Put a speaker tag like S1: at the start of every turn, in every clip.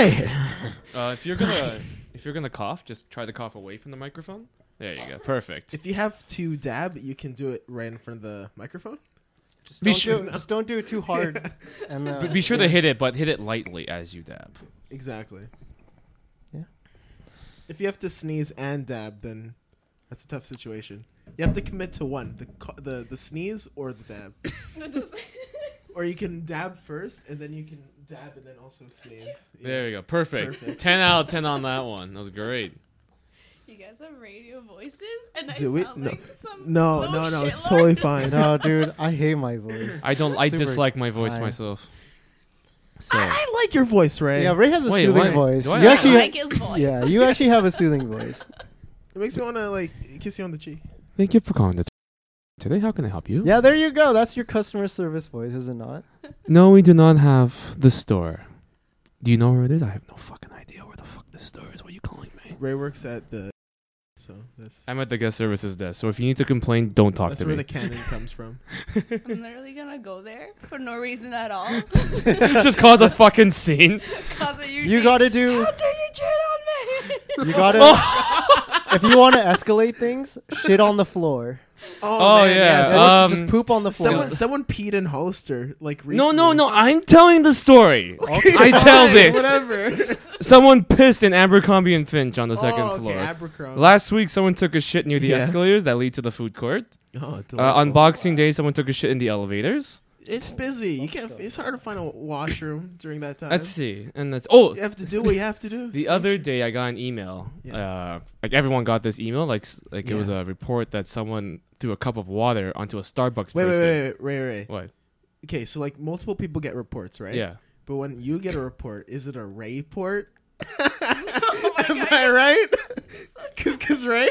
S1: Right.
S2: Uh, if you're gonna if you're gonna cough, just try to cough away from the microphone. There you go. Perfect.
S1: If you have to dab, you can do it right in front of the microphone.
S2: Just
S3: Be
S2: don't
S3: sure,
S2: do it-
S3: just don't do it too hard. and uh,
S2: But be sure to hit it, but hit it lightly as you dab.
S1: Exactly.
S3: Yeah.
S1: If you have to sneeze and dab, then that's a tough situation. You have to commit to one: the co- the the sneeze or the dab. or you can dab first, and then you can dab, and then also sneeze. Yeah.
S2: There you go. Perfect.
S1: Perfect.
S2: Ten out of ten on that one. That was great.
S4: You guys have radio voices, and I
S1: Do we-
S4: sound
S1: no.
S4: like some
S1: No,
S4: little
S1: no, no. It's
S4: shitler.
S1: totally fine.
S3: no, dude, I hate my voice.
S2: I don't. I
S3: Super
S2: dislike my voice
S3: high.
S2: myself. Ah! So
S1: I, I like your voice, Ray.
S3: Yeah, Ray has a
S2: Wait,
S3: soothing
S2: why-
S3: voice.
S2: do I
S3: You
S2: have-
S4: I
S3: actually,
S4: like his voice.
S3: yeah, you actually have a soothing voice.
S1: It makes me want to like kiss you on the cheek.
S2: thank you for calling the. Today, how can I help you?
S3: Yeah, there you go. That's your customer service voice, is it not?
S2: No, we do not have the store. Do you know where it is? I have no fucking idea where the fuck this store is. What are you calling me?
S1: Ray works at the, so that's
S2: I'm at the guest services desk, so if you need to complain, don't talk
S1: that's
S2: to
S1: where
S2: me.
S1: the canon comes from.
S4: I'm literally gonna go there for no reason at all.
S2: Just cause a fucking scene.
S4: Cause of your
S3: You
S4: shit.
S3: gotta do.
S4: How dare you cheat on me? Oh
S3: You gotta. if you want to escalate things, shit on the floor.
S2: Oh, yeah,
S3: Just-
S2: um,
S3: just poop on the floor.
S1: someone someone peed in Hollister like
S2: No,
S1: recently.
S2: no, no! I'm telling the story.
S3: Okay.
S2: I tell
S1: Fine,
S2: this.
S1: Whatever.
S2: Someone pissed in Abercrombie and Finch on the second
S1: oh,
S2: floor.
S1: Okay, Abercrombie.
S2: Last week, someone took a shit near the
S1: Yeah.
S2: escalators that lead to the food court.
S1: oh,
S2: Uh, on
S1: delightful.
S2: Boxing Day, someone took a shit in the elevators.
S1: It's busy. You can't. It's hard to find a washroom during that time.
S2: Let's see, and that's oh,
S1: you have to do what you have to do.
S2: The
S1: Snitch.
S2: other day, I got an email.
S1: Yeah.
S2: Uh, like everyone got this email. Like s- like it was
S1: Yeah.
S2: a report that someone threw a cup of water onto a Starbucks
S1: Wait, wait,
S2: person.
S1: wait, wait, wait, wait.
S2: What?
S1: Okay, so like multiple people get reports, right?
S2: Yeah.
S1: But when you get a report, is it a Ray port?
S4: oh my
S1: Am
S4: God,
S1: I
S4: you're
S1: right? Cause, cause Ray.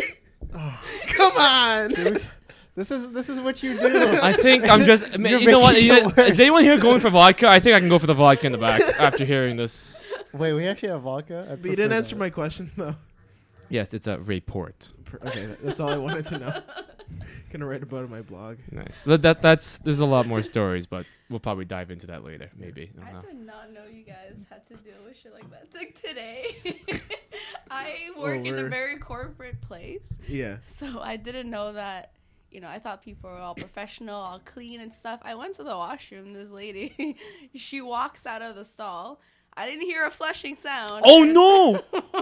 S1: Oh, Come on.
S3: This is this is what you do.
S2: I think I'm just. ma-
S3: You're
S2: you know what?
S3: making
S2: You
S3: it
S2: know-
S3: worse.
S2: Is anyone here going for vodka? I think I can go for the vodka in the back after hearing this.
S3: Wait, we actually have vodka. I
S1: But you didn't answer my question though.
S2: Yes, it's a report.
S1: Per- Okay, that- that's all I wanted to know. Gonna write about it on my blog.
S2: Nice. But that that's there's a lot more stories, but we'll probably dive into that later. Maybe. I don't
S4: I
S2: know.
S4: did not know you guys had to deal with shit like that. It's like today, I work in a
S1: we're-
S4: very corporate place,
S1: Yeah.
S4: so I didn't know that. You know, I thought people were all professional, all clean and stuff. I went to the washroom. This lady, she walks out of the stall. I didn't hear a flushing sound.
S2: Oh no!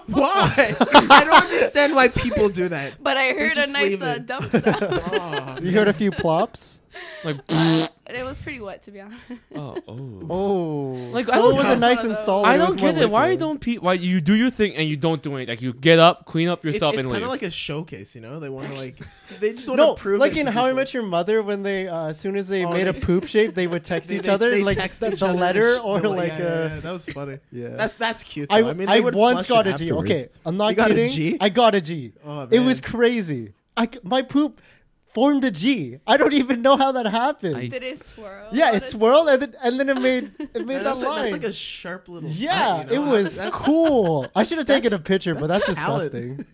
S1: Why? I don't understand why people do that.
S4: But I heard a
S1: just
S4: nice
S1: leave
S4: uh,
S1: it.
S4: dump sound,
S1: Oh,
S3: You heard a few plops.
S2: Like
S4: and it was pretty wet, to be honest.
S2: oh oh.
S3: Oh,
S2: Like,
S3: so
S2: I don't
S3: it wasn't
S4: know.
S3: nice and solid.
S2: I
S3: was
S2: don't
S3: more
S2: get it. Why
S3: liquid.
S2: don't people? Why you do your thing and you don't do it? Like you get up, clean up
S1: it's
S2: yourself,
S1: it's
S2: and
S1: kind
S2: leave.
S1: of like a showcase, you know? They want to like, they just want to
S3: No,
S1: prove.
S3: like
S1: it
S3: in
S1: to
S3: How I
S1: people.
S3: Met Your Mother, when they uh, as soon as they
S1: Oh,
S3: made a
S1: they-
S3: poop shape, they would text
S1: They-
S3: each
S1: they-
S3: other
S1: they
S3: like
S1: text
S3: the,
S1: each
S3: the
S1: other
S3: letter
S1: sh-
S3: or
S1: the-
S3: like
S1: yeah, yeah, yeah, that was funny.
S3: a yeah.
S1: That's that's cute.
S3: I,
S1: though. I mean,
S3: I
S1: they would
S3: once
S1: flush
S3: got
S1: it
S3: a G.
S1: afterwards.
S3: Okay, I'm not
S1: You got a
S3: kidding.
S1: G?
S3: I got a G.
S1: Oh,
S3: it was
S1: man.
S3: crazy. I c- my poop formed a G. I don't even know how that happened.
S2: I-
S4: Did it swirl?
S3: yeah,
S4: What
S3: it
S4: is-
S3: swirled and then, and then it made it made
S1: that's,
S3: that
S1: like, that's
S3: line.
S1: like a sharp little.
S3: yeah,
S1: cut, you know?
S3: it was
S1: That's-
S3: cool. I should have
S1: that's-
S3: taken a picture, but that's
S1: that's talent.
S3: disgusting.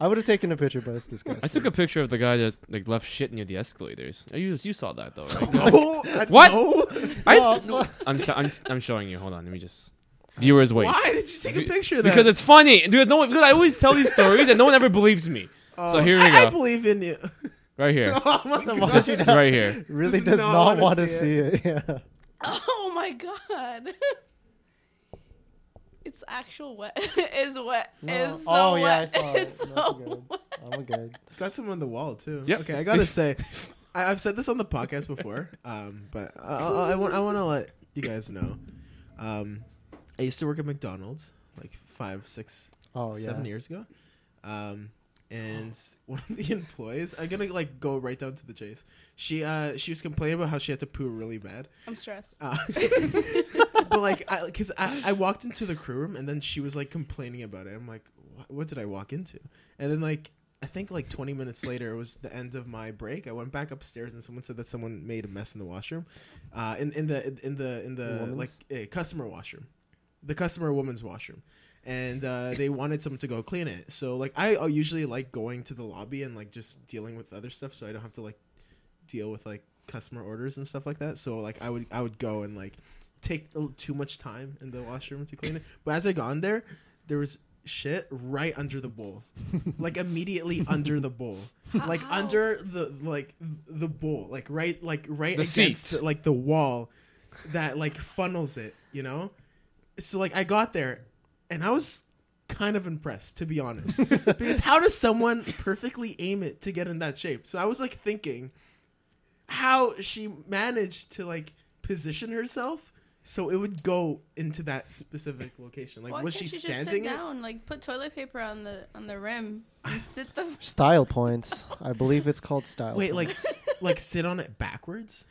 S3: I would have taken a picture, but it's disgusting.
S2: I took a picture of the guy that like left shit near the escalators. Oh, You you saw that though, right?
S1: No, I-
S2: What?
S1: no.
S2: I,
S3: Well,
S2: no, I'm, so, I'm I'm showing you. Hold on, let me just. Viewers, wait.
S1: Why did you take a
S2: Be-
S1: picture? Then?
S2: Because it's funny, dude. No, because I always tell these stories and no one ever believes me. so
S1: Oh,
S2: here we
S1: I, I
S2: go.
S1: believe in you.
S2: Right here,
S1: Oh my god.
S3: Just-
S2: this right here.
S3: really
S1: does
S3: does
S1: not
S3: not
S1: wanna
S3: want to
S1: see
S3: see it. Yeah.
S4: Oh my god. It's actual wet. It's wet. It's so
S3: oh
S4: wet.
S3: yeah, I saw it.
S4: It's
S3: Not
S4: so
S3: good.
S4: wet.
S3: I'm good.
S1: Got some on the wall too.
S2: Yep.
S1: Okay, I gotta say, I, I've said this on the podcast before, um, but I, I, I want I want to let you guys know. Um, I used to work at McDonald's like five, six,
S3: Oh yeah.
S1: seven years ago, um, and one of the employees, I'm gonna like go right down to the chase. She uh, she was complaining about how she had to poo really bad,
S4: I'm stressed.
S1: uh, but like, I, cause I, I walked into the crew room and then she was like complaining about it. I'm like, what, what did I walk into? And then like, I think like 20 minutes later, it was the end of my break. I went back upstairs and someone said that someone made a mess in the washroom, uh, in in the in the in the
S3: Woman's?
S1: like eh, customer washroom, the customer woman's washroom. And uh, they wanted someone to go clean it. So like, I uh, usually like going to the lobby and like just dealing with other stuff, so I don't have to like deal with like customer orders and stuff like that. So like I would I would go and like take a little too much time in the washroom to clean it. But as I got in there, there was shit right under the bowl, like immediately under the bowl, like
S4: How?
S1: under the like the bowl, like right like right
S2: The
S1: against
S2: seat.
S1: like the wall that like funnels it. You know, so like I got there, and I was kind of impressed to be honest because how does someone perfectly aim it to get in that shape so i was like thinking how she managed to like position herself so it would go into that specific location like
S4: Why
S1: was
S4: can't
S1: she
S4: you just
S1: standing
S4: sit
S1: it?
S4: down? Like put toilet paper on the on the rim and sit the.
S3: Style points. I believe it's called style.
S1: wait like
S3: points.
S1: s- like sit on it backwards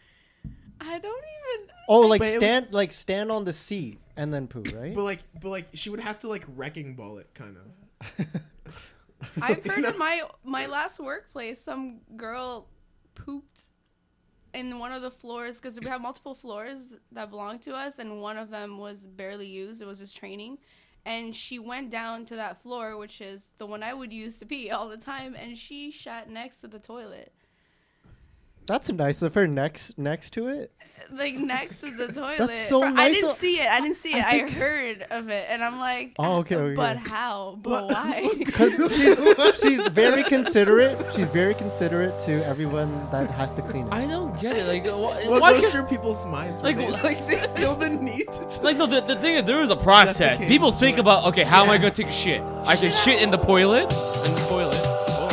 S4: I don't even.
S3: oh, like
S1: But it was-
S3: stand, like stand on the seat and then poo, right?
S1: but like but like she would have to like wrecking ball it kind of
S4: I've heard in my my last workplace, some girl pooped in one of the floors because we have multiple floors that belong to us, and one of them was barely used. It was just training, and she went down to that floor, which is the one I would use to pee all the time, and she shat next to the toilet,
S3: That's nice of her. Next, next to it.
S4: like next to the toilet.
S3: so
S4: For- I
S3: nice
S4: didn't
S3: of-
S4: see it. I didn't see it. I, heard of it, and I'm like,
S3: Oh, okay, okay.
S4: But how? But why?
S3: Because she's she's very considerate. She's very considerate to everyone that has to clean it.
S2: I don't get it. Like, wh-
S1: what
S2: why
S1: goes
S2: can't-
S1: through people's minds when
S2: Like,
S1: they,
S2: wh-
S1: like they feel the need to just
S2: Like no, the, the thing is, there is a process.
S1: Defecate.
S2: People think about, okay, how am I
S1: Yeah.
S2: gonna take a shit? I can shit in the toilet, in the toilet, or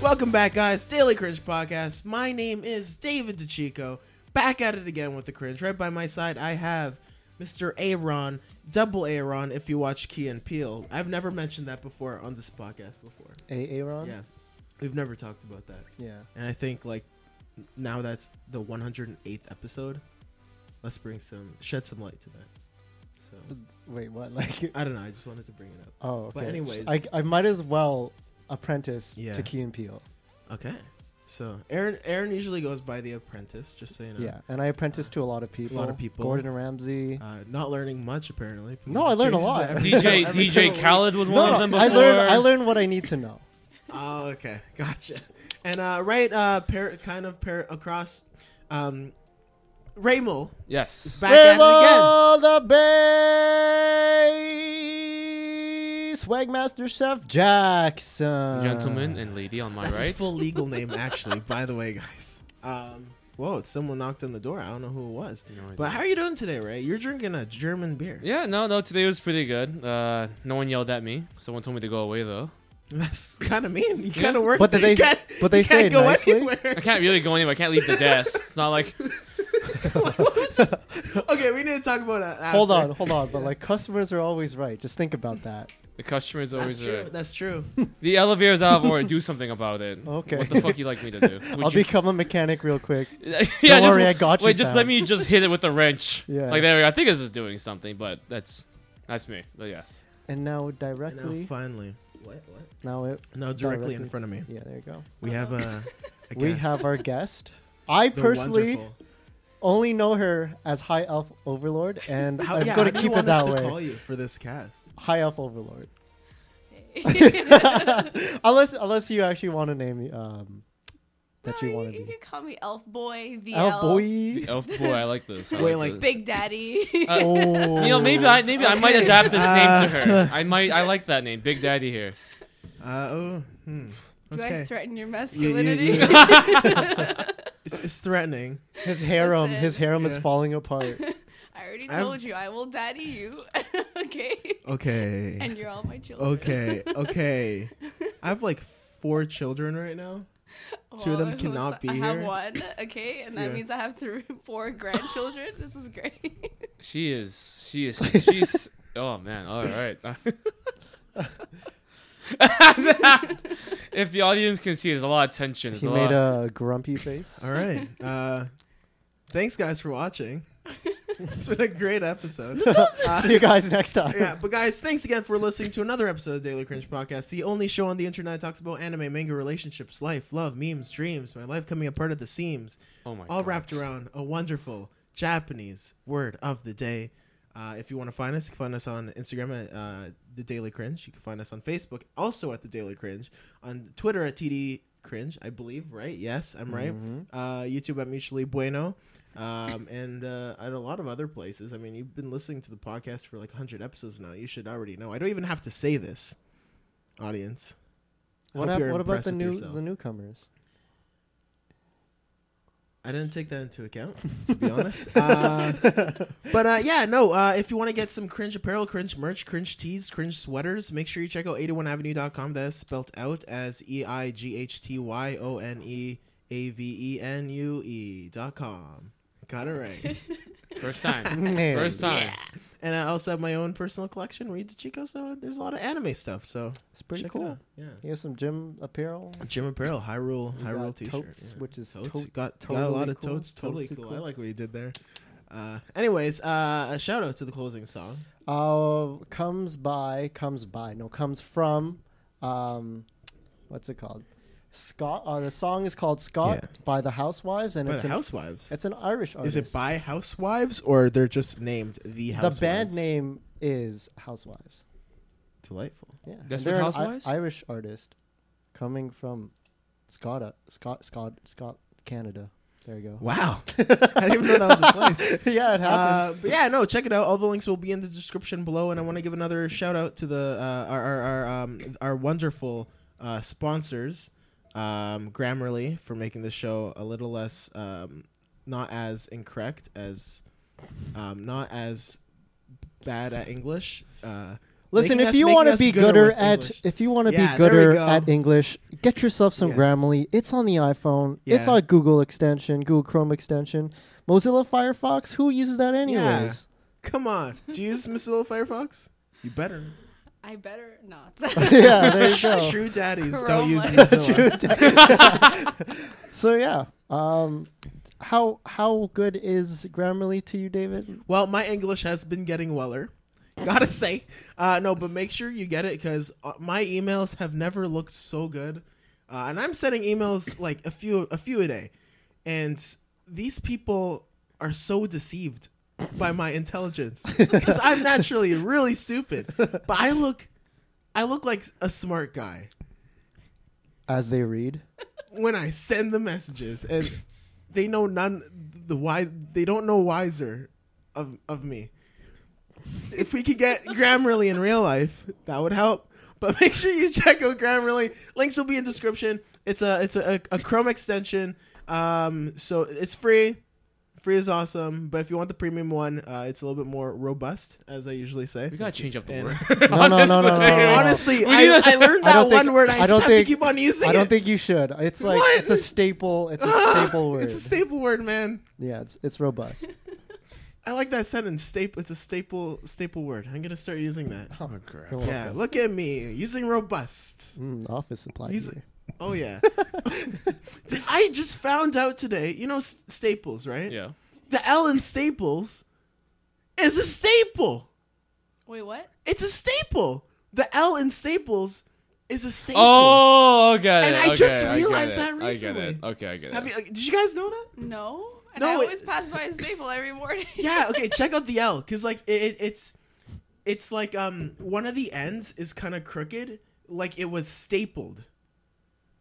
S1: Welcome back, guys. Daily Cringe Podcast. My name is David DeChico. Back at it again with the cringe. Right by my side, I have Mr. Aaron, double Aaron. If you watch Key and Peele, I've never mentioned that before on this podcast before.
S3: A Aaron.
S1: Yeah, we've never talked about that,
S3: Yeah.
S1: and I think like now that's the 108th episode. Let's bring some shed some light to that. So
S3: Wait, what? Like,
S1: I don't know. I just wanted to bring it up.
S3: oh, okay.
S1: But anyways.
S3: I, I might as well apprentice
S1: Yeah.
S3: to Key and Peele.
S1: Okay. So Aaron, Aaron usually goes by The Apprentice. Just so you know.
S3: Yeah, and I apprenticed to a lot of people.
S1: lot of people.
S3: Gordon Ramsay.
S1: Uh, not learning much apparently. because
S3: No, I learned a
S1: changes
S3: lot.
S1: every-
S2: DJ
S1: every
S2: DJ
S1: single
S2: Khaled was one of
S3: no,
S2: them
S3: no,
S2: before.
S3: I learned. I learned what I need to know.
S1: Oh, okay, gotcha. And uh, right, uh, par- kind of par- across, um, Raymond
S2: Yes.
S1: back at it again.
S3: Raymond the Bay Swagmaster Chef Jackson.
S2: Gentleman and lady on my
S1: That's his
S2: right.
S1: full legal name, actually. by the way, guys. Um, whoa, it's someone knocked on the door. I don't know who it was.
S2: No idea.
S1: but how are you doing today, Ray? You're drinking a German beer.
S2: Yeah, no, no. Today was pretty good. Uh, no one yelled at me. Someone told me to go away though.
S1: That's kind of mean. You kind of work.
S3: But did
S1: there. You
S3: they-
S1: can't-
S3: but they
S1: you
S3: say
S1: can't
S3: it
S1: go
S3: nicely?
S1: anywhere.
S2: I can't really go anywhere. I can't leave the desk. It's not like
S1: okay, we need to talk about that.
S3: Hold
S1: after.
S3: on, hold on. But like customers are always right. Just think about that.
S2: the customer's
S1: That's
S2: always
S1: true.
S2: right.
S1: That's true.
S2: The elevator's out of order. Do something about it.
S3: Okay.
S2: What the fuck you like me to do? Would
S3: I'll
S2: you-
S3: become a mechanic real quick.
S2: yeah,
S3: Don't
S2: just-
S3: worry, I got you,
S2: Wait, just
S3: fam.
S2: let me just hit it with the wrench.
S3: Yeah.
S2: Like there, we go. I think this is doing something, but that's that's me. But yeah.
S3: And now
S1: And now
S3: directly.
S1: finally, what? What?
S3: Now it.
S1: No, directly in
S3: Directly.
S1: front of me.
S3: Yeah, there you go.
S1: We have a. a
S3: We
S1: guest.
S3: have our guest. I
S1: The
S3: personally
S1: wonderful-
S3: only know her as High Elf Overlord, and
S1: How-
S3: I'm
S1: yeah,
S3: going
S1: how
S3: to
S1: do you
S3: keep it
S1: want
S3: that
S1: us to Call
S3: way.
S1: you for this cast.
S3: High Elf Overlord.
S4: you
S3: unless unless you actually want to name um that you want to
S4: You
S3: be
S4: can call me Elf Boy. The
S3: elf boy.
S2: Elf Oh, boy, I like this. I
S1: Wait,
S2: like,
S1: like-
S2: this.
S4: Big Daddy.
S2: Uh,
S3: Oh,
S2: You know, maybe I maybe I might
S1: Okay.
S2: adapt this name to
S1: Uh,
S2: her. I might I like that name, Big Daddy here.
S1: Uh, oh, hmm.
S4: Do I
S1: okay.
S4: threaten your
S1: You- you-
S4: masculinity?
S1: you- it's, it's threatening.
S3: his harem. His
S4: Listen.
S3: harem is
S1: Yeah.
S3: falling apart.
S4: I already
S1: I've-
S4: told you I will daddy you. okay.
S1: Okay.
S4: And you're all my children.
S1: Okay. Okay. I have like four children right now. two of them
S4: who
S1: cannot
S4: is-
S1: be
S4: I have
S1: here.
S4: one, okay, and that
S1: Yeah.
S4: means I have three, four grandchildren. this is great.
S2: She is she is she's oh man, all right. if the audience can see, there's a lot of tension. There's
S3: He
S2: a
S3: made
S2: lot.
S3: a grumpy face.
S1: All right. Uh, thanks, guys, for watching. It's been a great episode. Uh,
S3: See you guys next time.
S1: yeah, but guys, thanks again for listening to another episode of Daily Cringe Podcast, the only show on the internet that talks about anime, manga, relationships, life, love, memes, dreams, my life coming apart at the seams,
S2: oh my
S1: all
S2: God.
S1: wrapped around a wonderful Japanese word of the day. Uh, if you want to find us, you can find us on Instagram at uh, The Daily Cringe. You can find us on Facebook, also at The Daily Cringe. On Twitter at TD Cringe, I believe, right? Yes, I'm right.
S3: Mm-hmm.
S1: Uh, YouTube at Mutually Bueno. Um, and uh, at a lot of other places. I mean, you've been listening to the podcast for like 100 episodes now. You should already know. I don't even have to say this, audience. I
S3: What,
S1: hope
S3: hap-
S1: you're
S3: what about
S1: impressed
S3: the
S1: with
S3: new
S1: yourself.
S3: the newcomers?
S1: I didn't take that into account, to be honest. Uh, but uh, yeah, no, uh, if you want to get some cringe apparel, cringe merch, cringe tees, cringe sweaters, make sure you check out 81avenue.com. That's spelled out as E I G H T Y O N E A V E N U E dot com. Got it right.
S2: First time.
S3: Man.
S2: First time.
S1: and I also have my own personal collection, Read the Chico, so there's a lot of anime stuff. So
S3: It's pretty
S1: check it
S3: cool.
S1: out. Yeah.
S3: You have some gym apparel.
S1: Jim Apparel, Hyrule,
S3: You
S1: Hyrule
S3: got
S1: T-shirt,
S3: totes,
S1: yeah.
S3: which is
S1: totes.
S3: tote-
S1: got, got a
S3: totally
S1: lot of
S3: cool.
S1: totes, totally
S3: Totesy
S1: cool.
S3: cool.
S1: I like what you did there. Uh, anyways, uh, a shout out to the closing song.
S3: Uh, comes by, comes by, no, comes from, um, what's it called? Scott. Uh, the song is called Scott
S1: Yeah.
S3: by the Housewives, and
S1: By
S3: it's
S1: the
S3: an,
S1: Housewives.
S3: it's an Irish
S1: Is
S3: artist.
S1: it by Housewives or they're just named the
S3: the
S1: Housewives?
S3: band name is Housewives.
S1: Delightful.
S3: Yeah, and
S2: Desperate
S3: they're an I-
S2: Housewives?
S3: Irish artist, coming from Scott, uh, Scott, Scott, Scott, Canada. There you go.
S1: Wow. I didn't even know that was a place.
S3: yeah, it
S1: Uh,
S3: happens.
S1: but yeah, no, check it out. All the links will be in the description below, and I want to give another shout out to the uh, our our our, um, our wonderful uh, sponsors, um, Grammarly, for making the show a little less um, not as incorrect as um, not as bad at English. Uh,
S3: Listen,
S1: making
S3: if
S1: us-
S3: you
S1: making
S3: want to
S1: us
S3: be gooder
S1: with
S3: at
S1: English.
S3: if you want to
S1: Yeah,
S3: be
S1: there we
S3: gooder
S1: go.
S3: at English, get yourself some
S1: Yeah.
S3: Grammarly. It's on the iPhone. It's
S1: Yeah.
S3: on Google extension, Google Chrome extension, Mozilla Firefox. Who uses that anyways?
S1: come on, do you use Mozilla Firefox? You better.
S4: I better not.
S3: yeah, there you go.
S1: True daddies don't
S4: Chrome.
S1: use Mozilla.
S3: So yeah, um, how how good is Grammarly to you, David?
S1: Well, my English has been getting weller. Gotta say, uh, no, but make sure you get it because my emails have never looked so good, uh, and I'm sending emails like a few a few a day, and these people are so deceived by my intelligence because I'm naturally really stupid, but I look, I look like a smart guy
S3: As they read,
S1: when I send the messages, and they know none the why they don't know wiser of of me. If we could get Grammarly in real life, that would help. But make sure you check out Grammarly. Links will be in description. It's a it's a, a Chrome extension, um, so it's free. Free is awesome, but if you want the premium one, uh, it's a little bit more robust, as I usually say.
S2: We gotta change up the
S1: And-
S2: word.
S3: No, no, no, no, no,
S2: Honestly.
S1: Honestly,
S2: We
S3: no, no.
S2: need
S1: I,
S2: a-
S1: I learned that
S3: I don't
S1: one
S3: think-
S1: word. I,
S3: I
S1: just
S3: don't
S1: have
S3: think-
S1: to keep on using
S3: I don't
S1: it.
S3: think you should. It's like
S1: What?
S3: it's a staple. It's a
S1: Ah,
S3: staple word.
S1: It's a staple word, man.
S3: yeah, it's it's robust.
S1: I like that sentence. Staple. It's a staple staple word. I'm gonna start using that.
S2: Oh, crap.
S3: You're
S1: Yeah.
S3: welcome.
S1: Look at me using robust.
S3: Mm, office supply.
S1: He's-
S3: here.
S1: Oh yeah. Did- I just found out today. You know s- staples, right?
S2: Yeah.
S1: The L in staples is a staple.
S4: Wait, what?
S1: It's a staple. The L in staples is a staple.
S2: Oh, okay.
S1: And I
S2: okay,
S1: just
S2: get
S1: realized
S2: it,
S1: that
S2: I get it.
S1: recently.
S2: Okay, I get
S1: Have you,
S2: it.
S1: uh, did you guys know that?
S4: No. And
S1: No,
S4: I
S1: it-
S4: always pass by a staple every morning.
S1: Yeah. Okay. Check out the L because like it, it, it's it's like um one of the ends is kind of crooked, like it was stapled,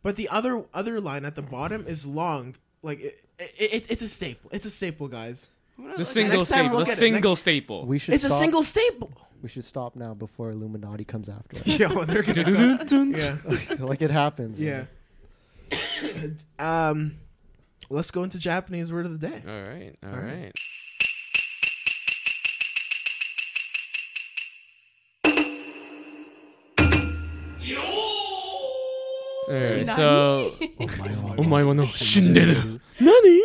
S1: but the other other line at the bottom is long. Like it, it, it it's a staple. It's a staple, guys.
S4: I'm gonna
S2: The
S4: look
S2: single
S1: Next time
S2: staple. The
S1: look at it.
S2: single
S1: Next-
S2: staple.
S3: We should.
S1: It's a
S3: stop-
S1: single staple.
S3: We should stop now before Illuminati comes after us.
S1: Yeah. Well, they're gonna go.
S2: yeah.
S1: Yeah.
S3: like it happens.
S1: Yeah.
S3: man.
S1: um, let's go into Japanese word of the day.
S2: All right. All
S1: All right.
S2: right. All right.
S4: Nani?
S2: So, oh my god, no, Shinderu. Nani?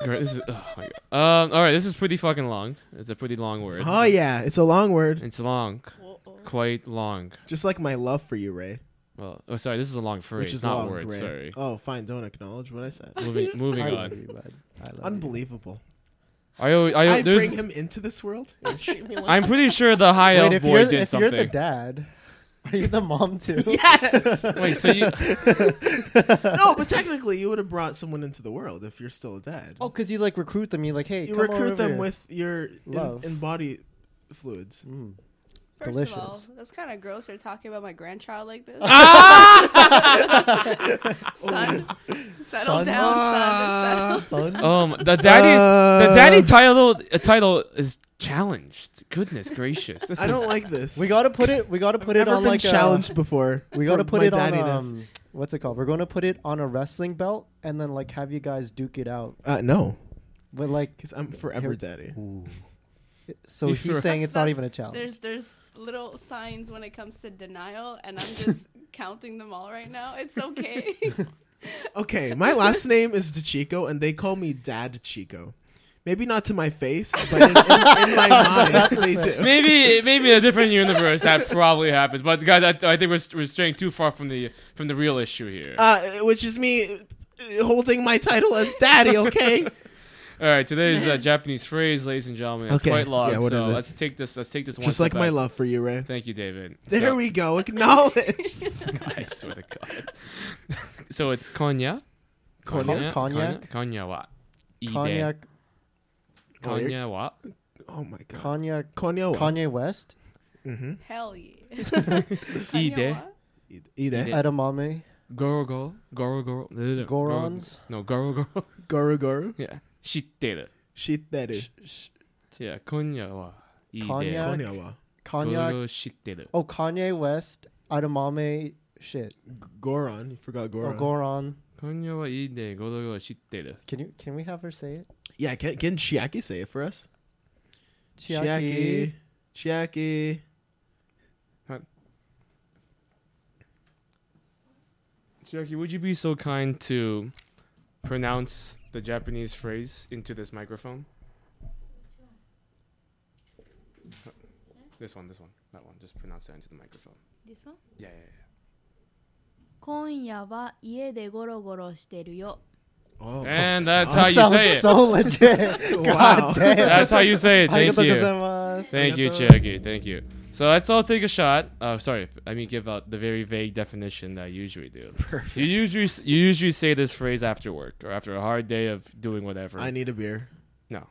S2: All right, this is. Oh my god. Um. All right. This is pretty fucking long. It's a pretty long word.
S1: Oh yeah, it's a long word,
S2: It's long.
S4: Whoa.
S2: Quite long.
S1: just like my love for you, Ray,
S2: Well, oh, sorry. This is a long phrase,
S1: which is
S2: not
S1: long.
S2: word.
S1: Ray.
S2: Sorry.
S1: Oh, fine. Don't acknowledge what I said.
S2: Moving. Moving
S3: I love
S2: on.
S3: you, bud. I love you.
S1: Unbelievable.
S2: I. always- I.
S1: I
S2: there's-
S1: bring him into this world.
S2: I'm pretty sure the high
S3: Wait,
S2: elf
S3: if
S2: boy
S3: you're,
S2: did
S3: if
S2: something.
S3: you're the dad, Are you the mom too?
S1: Yes.
S2: Wait, so you?
S1: no, but technically, you would have brought someone into the world if you're still dead.
S3: Oh, because you like recruit them. You like, hey,
S1: you
S3: come on
S1: recruit
S3: over
S1: them
S3: here.
S1: with your in,
S3: Love.
S1: in body fluids.
S3: Mm.
S4: First of all,
S3: Delicious.
S4: that's kind of gross. They're talking about my grandchild like this.
S2: Ah!
S4: son, settle
S3: Son?
S4: down,
S1: Ah!
S4: son. Settle.
S3: Son?
S2: Um, the daddy, the
S1: Uh,
S2: daddy title, uh, title is challenged. Goodness gracious, this
S1: I
S2: is-
S1: don't like this.
S3: We gotta put it. We gotta put it
S1: Never
S3: on
S1: been
S3: like a.
S1: challenged before.
S3: We gotta
S1: for
S3: put
S1: my
S3: it on.
S1: daddiness.
S3: Um, what's it called? We're gonna put it on a wrestling belt and then like have you guys duke it out.
S1: Uh, no,
S3: But like,
S1: because I'm forever
S3: Here-
S1: daddy.
S3: so
S2: You
S3: he's
S2: sure-
S3: saying it's not
S4: That's-
S3: even a challenge.
S4: There's there's little signs when it comes to denial, and I'm just counting them all right now. It's okay.
S1: Okay, my last name is DeChico, and they call me Dad Chico. Maybe not to my face, but in, in, in my mind, they do.
S2: Maybe, maybe in a different universe that probably happens. But guys, I, I think we're, we're straying too far from the from the real issue here.
S1: Uh, which is me uh, holding my title as daddy. Okay.
S2: All right, today's uh, Japanese phrase, ladies and gentlemen, it's
S1: Okay,
S2: quite long.
S1: yeah, what
S2: so
S1: is it?
S2: let's take this. Let's take this one.
S1: Just
S2: step
S1: like my
S2: back.
S1: love for you, Ray.
S2: Thank you, David.
S1: There
S2: so,
S1: we go. Acknowledged.
S2: I swear to God. so it's konya.
S3: Cognac?
S2: Konya. Konya wa. Ide.
S3: Cognac,
S2: Konya wa.
S1: Oh my god.
S3: cognac,
S1: Konyo.
S3: Kanye West,
S1: Mm-hmm.
S4: Hell yeah.
S2: Ide.
S1: Ide.
S3: edamame,
S2: Goro goro. Goro goro.
S3: gorons.
S2: No, goro goro.
S1: Goru goru.
S2: Yeah. Shitteru.
S1: Shiteru.
S3: Sh-
S2: Yeah, konya wa. Ide.
S3: Konya.
S1: Konyo wa.
S2: Goro
S3: Cognac.
S2: goro shitteru.
S3: Oh, Kanye West, edamame, shit.
S1: Goron. You forgot
S3: Or
S1: Goron.
S3: Oh, goron.
S2: Konya wa ide. Goro goro shitteru.
S3: Can you? Can we have her say it?
S1: Yeah, can, can Chiaki say it for us?
S3: Chiaki.
S1: Chiaki.
S2: Jackie, would you be so kind to pronounce the Japanese phrase into this microphone? This one, this one, that one. Just pronounce that into the microphone.
S5: This one?
S2: Yeah, yeah, yeah.
S5: 今夜は家でゴロゴロしてるよ。
S1: Oh,
S2: And that's how
S3: That
S2: you
S3: sounds
S2: say it.
S3: so legit.
S1: Wow.
S3: God damn.
S2: That's how you say it. Thank
S3: Arigato
S2: you.
S3: gozaimasu.
S2: Thank you,
S1: Arigato.
S2: Jackie. Thank you. So let's all take a shot. Uh, sorry, f- I mean give out the very vague definition that I usually do.
S1: perfect.
S2: You usually s- you usually say this phrase after work or after a hard day of doing whatever.
S1: I need a beer.
S2: No.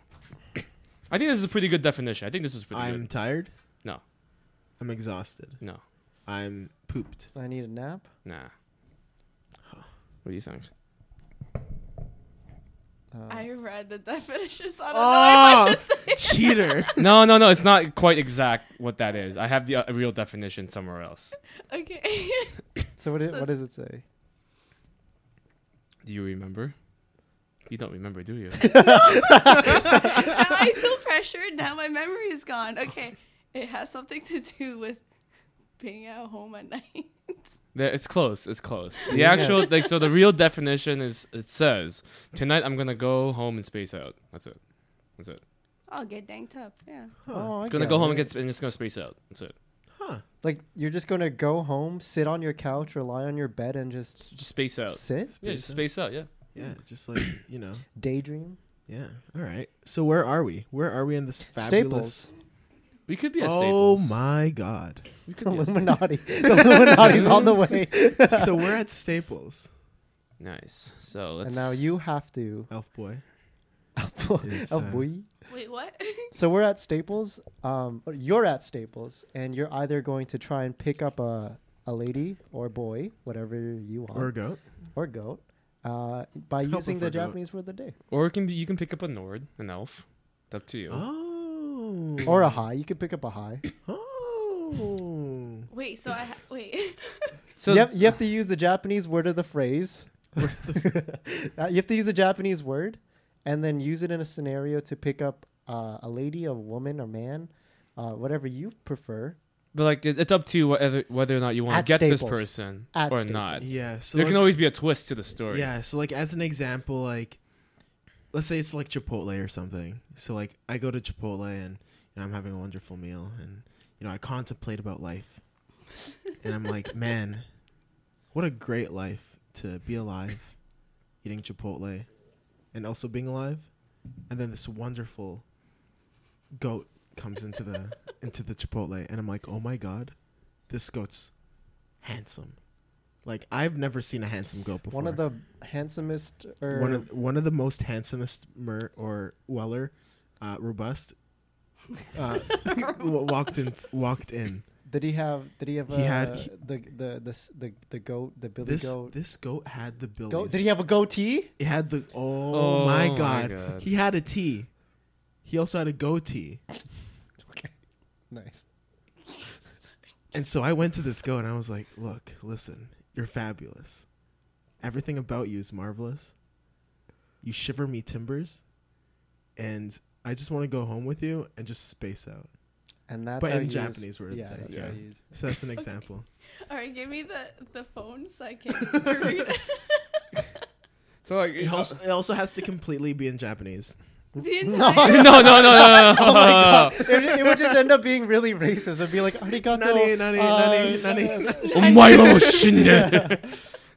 S2: I think this is a pretty good definition. I think this is pretty
S1: I'm
S2: good.
S1: tired.
S2: No.
S1: I'm exhausted.
S2: No.
S1: I'm pooped.
S3: I need a nap.
S2: Nah. What do you think?
S4: I read the definitions. I don't
S1: Uh. Oh,
S4: know if I should say it.
S1: cheater.
S2: no, no, no. It's not quite exact what that is. I have the uh, real definition somewhere else.
S4: Okay.
S3: So what, it,
S4: So
S3: what does it say?
S2: Do you remember? You don't remember, do you?
S4: now I feel pressured. Now my memory is gone. Okay. It has something to do with being at home at night.
S2: There- it's close. It's close. The
S3: Yeah.
S2: actual like so the real definition is it says tonight I'm gonna go home and space out. That's it. That's it.
S4: I'll get danked up. Yeah.
S3: Oh, I
S2: gonna
S3: get
S2: go home
S3: it.
S2: and get sp- and just gonna space out. That's it.
S1: Huh.
S3: Like you're just gonna go home, sit on your couch, or lie on your bed, and
S2: S-
S3: just
S2: Just space out.
S3: sit,
S2: yeah, just
S1: Space
S2: space out. Yeah.
S1: Yeah, just like, you know.
S3: daydream.
S1: Yeah. All right. So where are we? Where are we in this fabulous?
S3: Staples,
S2: We could be at
S1: oh
S2: Staples.
S1: my god.
S2: We could be at Staples.
S3: Illuminati. the Illuminati's on the way,
S1: so we're at Staples.
S2: Nice. So let's.
S3: and now you have to.
S1: Elf boy. It's,
S3: Oh,
S1: uh,
S3: boy.
S4: Wait, what?
S3: So we're at Staples. Um, or you're at Staples, and you're either going to try and pick up a a lady or boy, whatever you want,
S1: Or a goat.
S3: or goat, uh, by
S1: Help
S3: using
S1: her
S3: the
S1: goat.
S3: Japanese word of the day,
S2: Or it can be, you can pick up a Nord, an elf. It's up to you.
S1: Oh.
S3: or a high. You could pick up a high.
S1: Oh.
S4: wait, so I ha- wait.
S2: So
S3: you, have, you have to use the Japanese word of the phrase. Uh, you have to use a Japanese word, and then use it in a scenario to pick up uh, a lady, a woman, a man, uh, whatever you prefer.
S2: but like it, it's up to you whether whether or not you want
S3: At
S2: to get this
S3: Staples.
S2: person
S3: At
S2: or
S3: Staples.
S2: not.
S1: Yeah. So
S2: there can
S1: let's-
S2: always be a twist to the story.
S1: Yeah, so like as an example, like let's say it's like Chipotle or something. So like I go to Chipotle and you know, I'm having a wonderful meal and you know I contemplate about life. And I'm like, man, what a great life to be alive, eating Chipotle and also being alive. And then this wonderful goat comes into the into the Chipotle and I'm like, "Oh my god, this goat's handsome. Like I've never seen a handsome goat before.
S3: One of the handsomest or
S1: one of one of the most handsomest mer or weller, uh, robust, uh, w- walked in walked in.
S3: did he have did he have
S1: He
S3: uh,
S1: had- he-
S3: the, the the s- the the goat the billy
S1: This
S3: goat.
S1: this goat had the billies.
S3: goat did he have a goatee?
S1: It had the oh,
S2: Oh
S1: my,
S2: my
S1: god.
S2: God.
S1: He had a T. He also had a goatee.
S3: Okay, nice.
S1: And so I went to this goat and I was like, "Look, listen, you're fabulous. Everything about you is marvelous. You shiver me timbers, and I just want to go home with you and just space out."
S3: And that's
S1: But
S3: how
S1: in
S3: you
S1: Japanese
S3: use,
S1: word,
S3: yeah,
S1: that's
S3: that's
S1: yeah.
S3: how you use.
S1: So that's an example.
S4: All right, give me the the phone so I can read it.
S2: So like,
S1: It also, it also has to completely be in Japanese.
S4: the
S2: no,
S4: entire.
S2: no, no, no, no, no.
S3: Oh it, it would just end up being really racist. It'd be like arigato.
S1: Nani, nani,
S3: uh,
S1: nani, nani.
S2: No, no,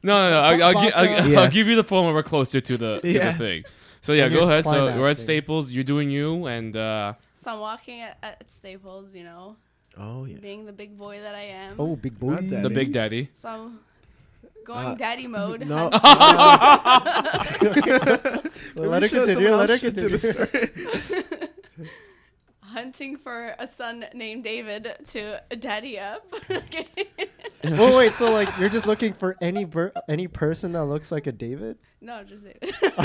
S2: no. I'll, I'll, gi- I'll,
S1: Yeah.
S2: I'll give you the phone when we're closer to the, to
S1: Yeah.
S2: the thing. So yeah,
S3: And
S2: go
S3: you're
S2: ahead. So we're at
S3: climaxing.
S2: Staples. You're doing you, and uh,
S4: So I'm walking at, at Staples, you know,
S1: Oh yeah.
S4: being the big boy that I am.
S3: Oh, big boy.
S1: Not that
S2: the
S1: Daddy.
S2: Big Daddy.
S4: So I'm going
S1: Uh,
S4: daddy mode.
S1: No. uh,
S4: hun-
S1: Maybe
S3: Let her
S1: show someone
S3: continue. Let her
S1: else just do
S3: continue.
S1: the story.
S4: hunting for a son named David to daddy up. okay.
S3: Well, Oh, wait. So like, you're just looking for any ber- any person that looks like a David?
S4: No, just David.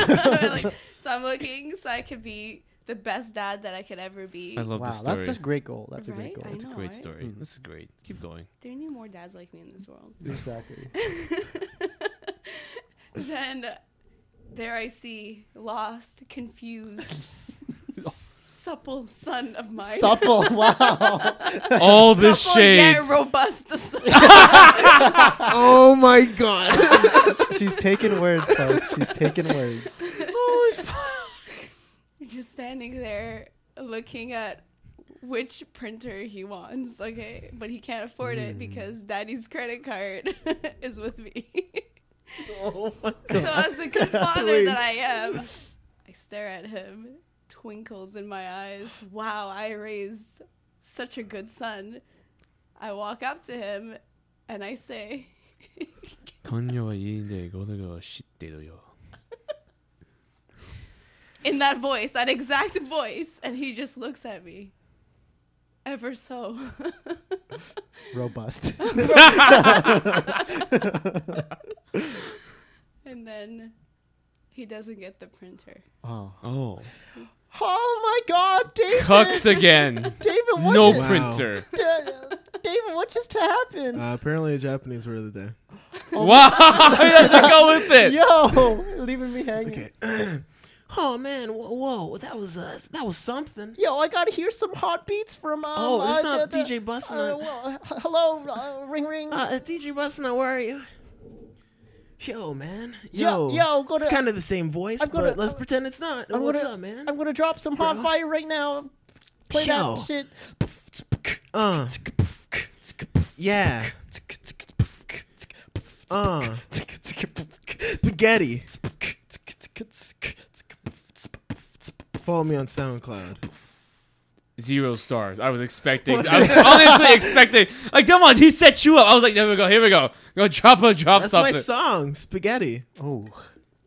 S4: Like, so I'm looking so I could be the best dad that I could ever be.
S2: I love
S3: wow,
S2: this story.
S3: that's a great Hmm. goal. That's a great
S4: Right?
S3: goal.
S4: I know,
S2: great
S4: right?
S2: story. This is great. Keep going.
S4: There need more dads like me in this world.
S3: Exactly.
S4: then there I see lost, confused, s- supple son of mine.
S3: Supple. Wow.
S2: All this
S4: Supple yet
S2: shade.
S4: robust son.
S1: oh my god.
S3: She's taking words, folks. She's taking words.
S4: just standing there looking at which printer he wants, okay? But he can't afford it because daddy's credit card is with me. so, as the good father
S1: Please.
S4: that I am, I stare at him, twinkles in my eyes. Wow, I raised such a good son. I walk up to him and I say,
S2: Konyo iinde godogo shitteru yo.
S4: in that voice, that exact voice, and he just looks at me. Ever so.
S3: Robust.
S4: And then he doesn't get the printer.
S3: Oh.
S2: Oh,
S3: Oh my God, David.
S2: cucked again.
S3: David, what
S2: no
S1: just- Wow.
S2: printer.
S3: Da- David, what just happened?
S1: Uh, apparently, a Japanese word of the day.
S3: Oh
S2: Wow, that's a go with
S3: Uh,
S2: it.
S3: Yo, leaving me hanging.
S1: Okay. oh man, whoa, whoa that was uh, that was something.
S3: Yo, I gotta hear some hot beats from. Um,
S1: Oh, it's
S3: uh,
S1: not
S3: da- da-
S1: DJ Bussin',
S3: Uh,
S1: uh,
S3: well, h- hello, uh, ring ring.
S1: Uh, DJ Bustin, where are you? Yo, man.
S3: Yo,
S1: Yo,
S3: yo, go to-
S1: it's kind of the same voice,
S3: I'm gonna-
S1: but let's pretend it's not.
S3: I'm
S1: What's
S3: gonna-
S1: up, man?
S3: I'm gonna drop some hot
S1: Bro.
S3: fire right now. Play
S1: Yo.
S3: that shit.
S1: Uh, yeah. Uh, spaghetti. Follow me on SoundCloud.
S2: Zero stars. I was expecting. I was honestly expecting. Like, come on, he set you up. I was like, there we go, here we go. Go drop a drop
S1: That's my
S2: something.
S1: song, spaghetti,
S3: Oh,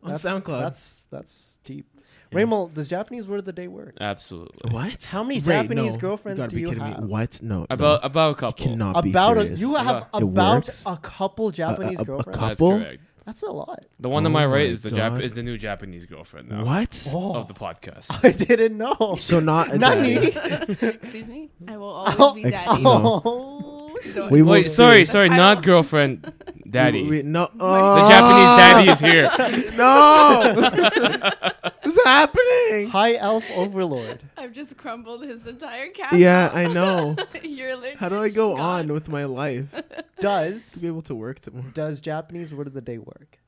S1: on SoundCloud.
S3: That's that's deep. Raymond, does Japanese word of the day work?
S2: Absolutely.
S1: what?
S3: How many
S1: Wait,
S3: Japanese
S1: no.
S3: girlfriends
S1: you gotta
S3: do
S1: be
S3: you
S1: kidding
S3: have?
S1: Me. What? No.
S2: About about a
S1: no.
S2: couple.
S1: cannot be
S3: About a
S1: serious.
S3: you have
S1: It
S3: about
S1: works.
S3: a couple Japanese
S1: a- a
S3: girlfriends.
S1: couple?
S2: That's correct.
S3: That's a lot.
S2: The one to
S1: Oh
S2: my right
S1: my
S2: is the
S1: God.
S2: Jap- is the new Japanese girlfriend now
S1: What?
S3: Oh,
S2: of the podcast.
S3: I didn't know.
S1: So not a
S3: Nani?
S1: daddy.
S4: Excuse me? I will always be
S1: ex-
S4: daddy.
S1: no.
S3: Oh,
S1: We will
S2: Wait,
S1: see.
S2: sorry, sorry,
S4: That's- I
S2: not
S4: don't-
S2: girlfriend, daddy.
S1: We, we- no.
S2: the
S1: Oh,
S2: Japanese daddy is here.
S1: No. What's happening?
S3: high elf overlord.
S4: I've just crumbled his entire castle.
S1: Yeah, I know.
S4: You're literally.
S1: How do I go
S4: gone.
S1: on with my life to
S3: Does
S1: be able to work tomorrow?
S3: does Japanese word of the day work?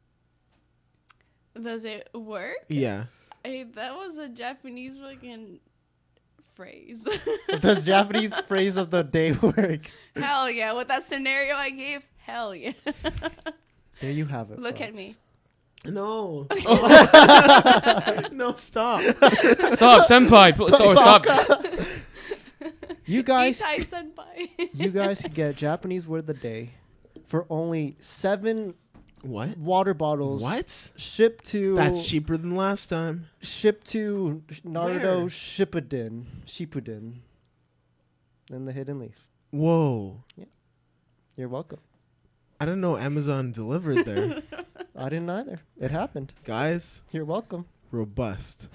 S4: Does it work?
S1: Yeah.
S4: Hey, that was a Japanese fucking phrase.
S3: Does Japanese phrase of the day work?
S4: hell yeah. With that scenario I gave, hell yeah.
S3: There you have it.
S4: Look at
S3: folks.
S4: me.
S1: No. no, stop.
S2: Stop, senpai. pl- Sorry, stop.
S3: You guys,
S4: Itai senpai.
S3: you guys can get Japanese word of the day for only seven
S1: What?
S3: water bottles.
S1: What?
S3: Shipped to
S1: That's cheaper than last time.
S3: shipped to Naruto
S1: Where?
S3: Shippuden, Shippuden, and the Hidden Leaf.
S1: Whoa.
S3: You're welcome.
S1: I don't know Amazon delivered there.
S3: I didn't either. It happened.
S1: guys,
S3: You're welcome.
S1: robust.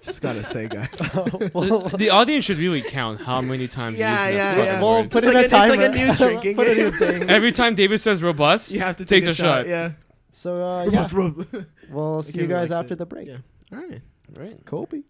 S1: Just gotta say, guys.
S3: Oh,
S2: The,
S3: well,
S2: the audience should really count how many times. you
S1: Yeah,
S2: used that
S1: yeah,
S2: fucking
S1: yeah.
S3: well,
S2: word.
S3: put
S1: It's like
S3: in a
S1: a- it's
S3: timer.
S1: like a new drinking
S3: put in a
S1: game.
S3: thing.
S2: Every time David says robust,
S1: You have to take,
S2: take the
S1: a, shot. Yeah.
S3: So uh, yeah,
S1: Robust.
S3: we'll see
S1: Okay,
S3: you
S1: we
S3: guys
S1: like
S3: after
S1: it.
S3: the break.
S1: Yeah. All right.
S2: Right.
S3: Kobe.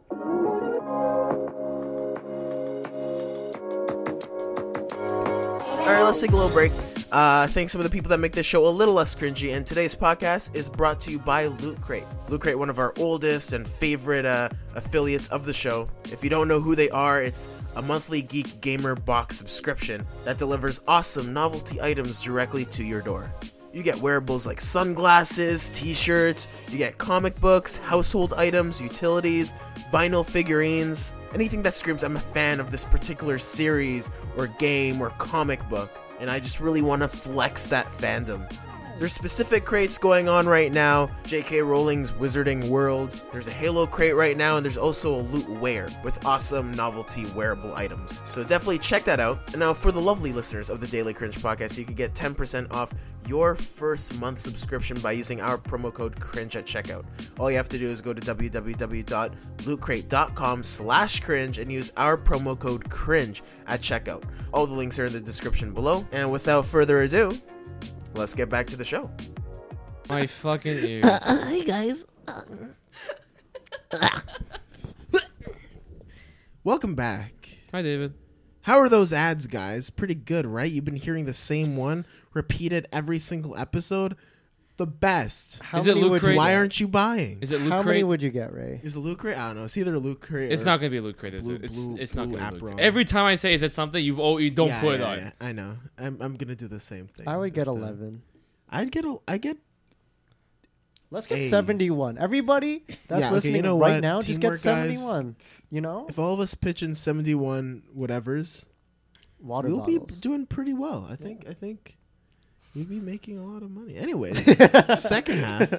S1: All right, let's take a little break. Uh, thanks some of the people that make this show a little less cringy. And today's podcast is brought to you by Loot Crate. Loot Crate, one of our oldest and favorite uh, affiliates of the show. If you don't know who they are, it's a monthly geek gamer box subscription that delivers awesome novelty items directly to your door. You get wearables like sunglasses, t shirts, you get comic books, household items, utilities, vinyl figurines, anything that screams, I'm a fan of this particular series or game or comic book, and I just really want to flex that fandom. There's specific crates going on right now. J.K. Rowling's Wizarding World. There's a Halo crate right now, and there's also a Loot Wear with awesome novelty wearable items. So definitely check that out. And now, for the lovely listeners of the Daily Cringe podcast, you can get 10% off your first month subscription by using our promo code cringe at checkout. All you have to do is go to www.lootcrate.com slash cringe and use our promo code cringe at checkout. All the links are in the description below. And without further ado, Let's get back to the show.
S2: My fucking ears.
S1: hey guys. Welcome back.
S2: Hi, David.
S1: How are those ads, guys? Pretty good, right? You've been hearing the same one repeated every single episode. The best.
S3: How
S2: Is it
S3: many
S2: Luke
S3: would you,
S2: Crate?
S1: Why aren't you buying? Is,
S2: Is it Luke
S3: How
S2: Crate?
S3: many would you get, Ray?
S1: it Loot Crate? I don't know. It's either Luke Crate.
S2: It's
S1: or-
S2: not gonna be Luke Crate. Is
S1: Blue-
S2: it? It's,
S1: blue-
S2: it's not
S1: blue
S2: gonna be Luke
S1: apron.
S2: Crate. Every time I say is it something you oh you don't
S1: Yeah,
S2: put it
S1: yeah,
S2: on.
S1: yeah. I know. I'm, I'm gonna do the same thing.
S3: I would
S1: this
S3: get
S1: time.
S3: 11.
S1: I'd get. A, I get.
S3: Let's get
S1: Hey.
S3: 71. Everybody that's
S1: Yeah, okay,
S3: listening
S1: you know
S3: right
S1: what?
S3: now, just get
S1: Teamwork, guys.
S3: 71. You know,
S1: If all of us pitch in 71 whatever's,
S3: water
S1: we'll be
S3: bottles.
S1: doing pretty well. I think. I think we'll be making a lot of money. Anyways, second half.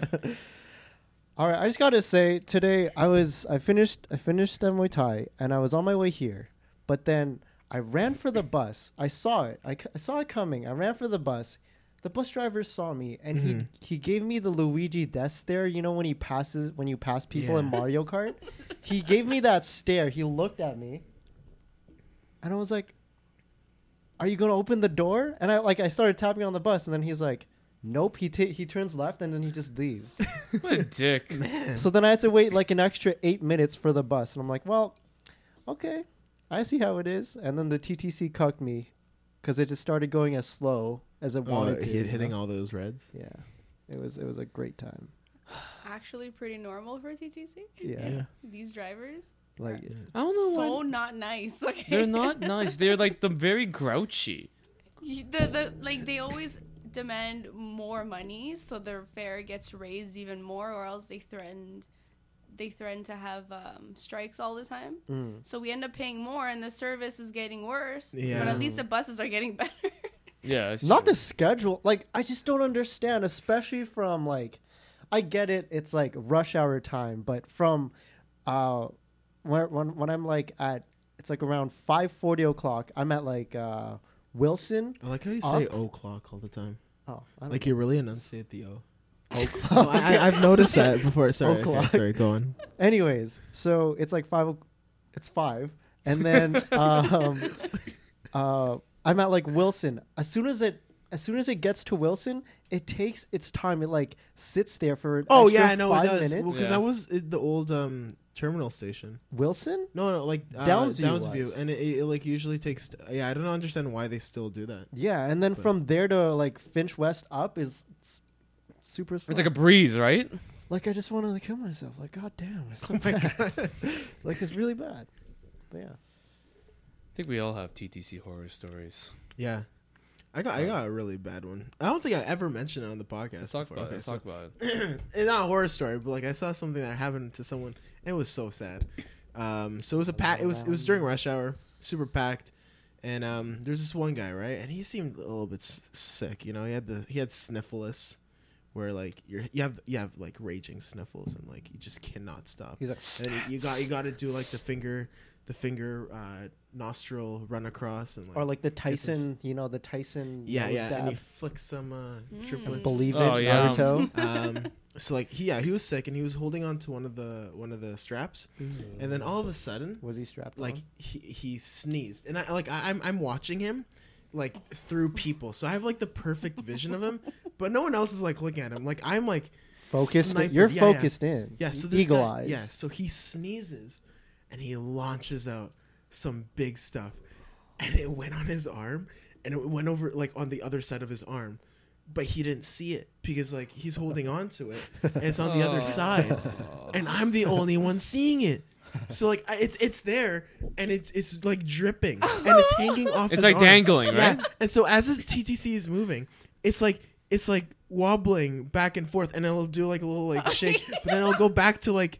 S3: All right, I just gotta say today I was I finished I finished the Muay Thai and I was on my way here, but then I ran for the bus. I saw it. I, c- I saw it coming. I ran for the bus. The bus driver saw me and he he gave me the Luigi death stare. You know when he passes when you pass people in
S1: Yeah.
S3: Mario Kart, he gave me that stare. He looked at me, and I was like, "Are you gonna open the door?" And I like I started tapping on the bus, and then he's like, "Nope." He ta he turns left and then he just leaves.
S2: What a dick.
S3: So then I had to wait like an extra eight minutes for the bus, and I'm like, well, okay, I see how it is. And then the TTC cucked me because it just started going as slow as it
S1: Oh,
S3: wanted to.
S1: hit-
S3: you
S1: hitting
S3: know?
S1: all those reds.
S3: Yeah, it was it was a great time.
S4: Actually, pretty normal for TTC.
S3: Yeah,
S4: These drivers,
S3: like
S2: I don't know
S4: so
S2: why
S4: not nice. Okay,
S2: they're not nice. They're like the very grouchy.
S4: the, the like they always demand more money, so their fare gets raised even more, or else they threatened they threaten to have um, strikes all the time.
S3: Mm.
S4: So we end up paying more, and the service is getting worse. But
S1: Yeah.
S4: at least the buses are getting better.
S2: Yeah, it's
S3: not
S2: true.
S3: the schedule. Like I just don't understand, especially from like, I get it. It's like rush hour time, but from, uh, when when, when I'm like at it's like around five forty o'clock. I'm at like uh Wilson.
S1: I like how you say
S3: Up.
S1: "o clock" all the time.
S3: Oh, I Oh don't
S1: Like you really enunciate the O. O'clock. I, I, have noticed that
S3: Oh
S1: before. Sorry, okay,
S3: O'clock.
S1: sorry. Go on.
S3: Anyways, so it's like five. o- It's five, and then um, uh, I'm at like Wilson. As soon as it, as soon as it gets to Wilson, it takes its time. It like sits there for. An
S1: Oh
S3: extra
S1: yeah, I know it
S3: five
S1: does.
S3: minutes.
S1: because
S2: Yeah.
S1: I was at the old um, terminal station.
S3: Wilson.
S1: No, no, like uh,
S3: Downsview
S1: Downsview,
S3: was.
S1: and it, it, like usually takes. Yeah, I don't understand why they still do that.
S3: Yeah, and then from there to like Finch West up is s- super slow.
S2: It's like a breeze, right?
S3: like I just want to like, kill myself. Like god damn, it's so
S1: Oh my
S3: bad. like it's really bad. But yeah.
S2: I think we all have TTC horror stories.
S1: Yeah, I
S3: Uh.
S1: got I got a really bad one. I don't think I ever mentioned it on the podcast.
S2: Let's talk
S1: before.
S2: about
S1: Okay,
S2: it. Let's
S1: so-
S2: talk about it.
S1: it's eh, not a horror story, but like I saw something that happened to someone.
S3: Oh,
S1: And it was so sad. Um, so it was a pack. It was it was during rush hour, super packed, And um, there's this one guy, right? And he seemed a little bit s- sick. You know, he had the he had sniffles, where like you're you have you have like raging sniffles and like you just cannot stop.
S3: He's like,
S1: and then you got you got to do like the finger the finger uh, nostril run across and like
S3: or like the
S1: Guess there's-
S3: Tyson, you know, the Tyson.
S1: yeah
S3: nose
S1: yeah and he
S3: stab.
S1: flicks some uh,
S4: Mm.
S1: triplets.
S3: Believe it,
S2: Oh, yeah.
S3: Naruto.
S1: um, so like he, yeah he was sick and he was holding on to one of the one of the straps and then all of a sudden
S3: Was he strapped?
S1: like
S3: on?
S1: he, he sneezed and I like I, I'm I'm watching him like through people so I have like the perfect vision of him but no one else is like looking at him like I'm like
S3: focused.
S1: sniper-
S3: You're
S1: yeah, yeah.
S3: focused in.
S1: yeah so this
S3: E- eagle
S1: guy,
S3: eyes.
S1: yeah so he sneezes and he launches out some big stuff and it went on his arm and it went over like on the other side of his arm but he didn't see it because like he's holding on to it and it's on the other side and I'm the only one seeing it. So like I- it's it's there and it's it's like dripping and it's hanging off.
S2: It's
S1: his
S2: like
S1: arm.
S2: dangling,
S1: Yeah.
S2: right?
S1: And so as his TTC is moving, it's like it's like wobbling back and forth, and it'll do like a little like shake, but then it'll go back to like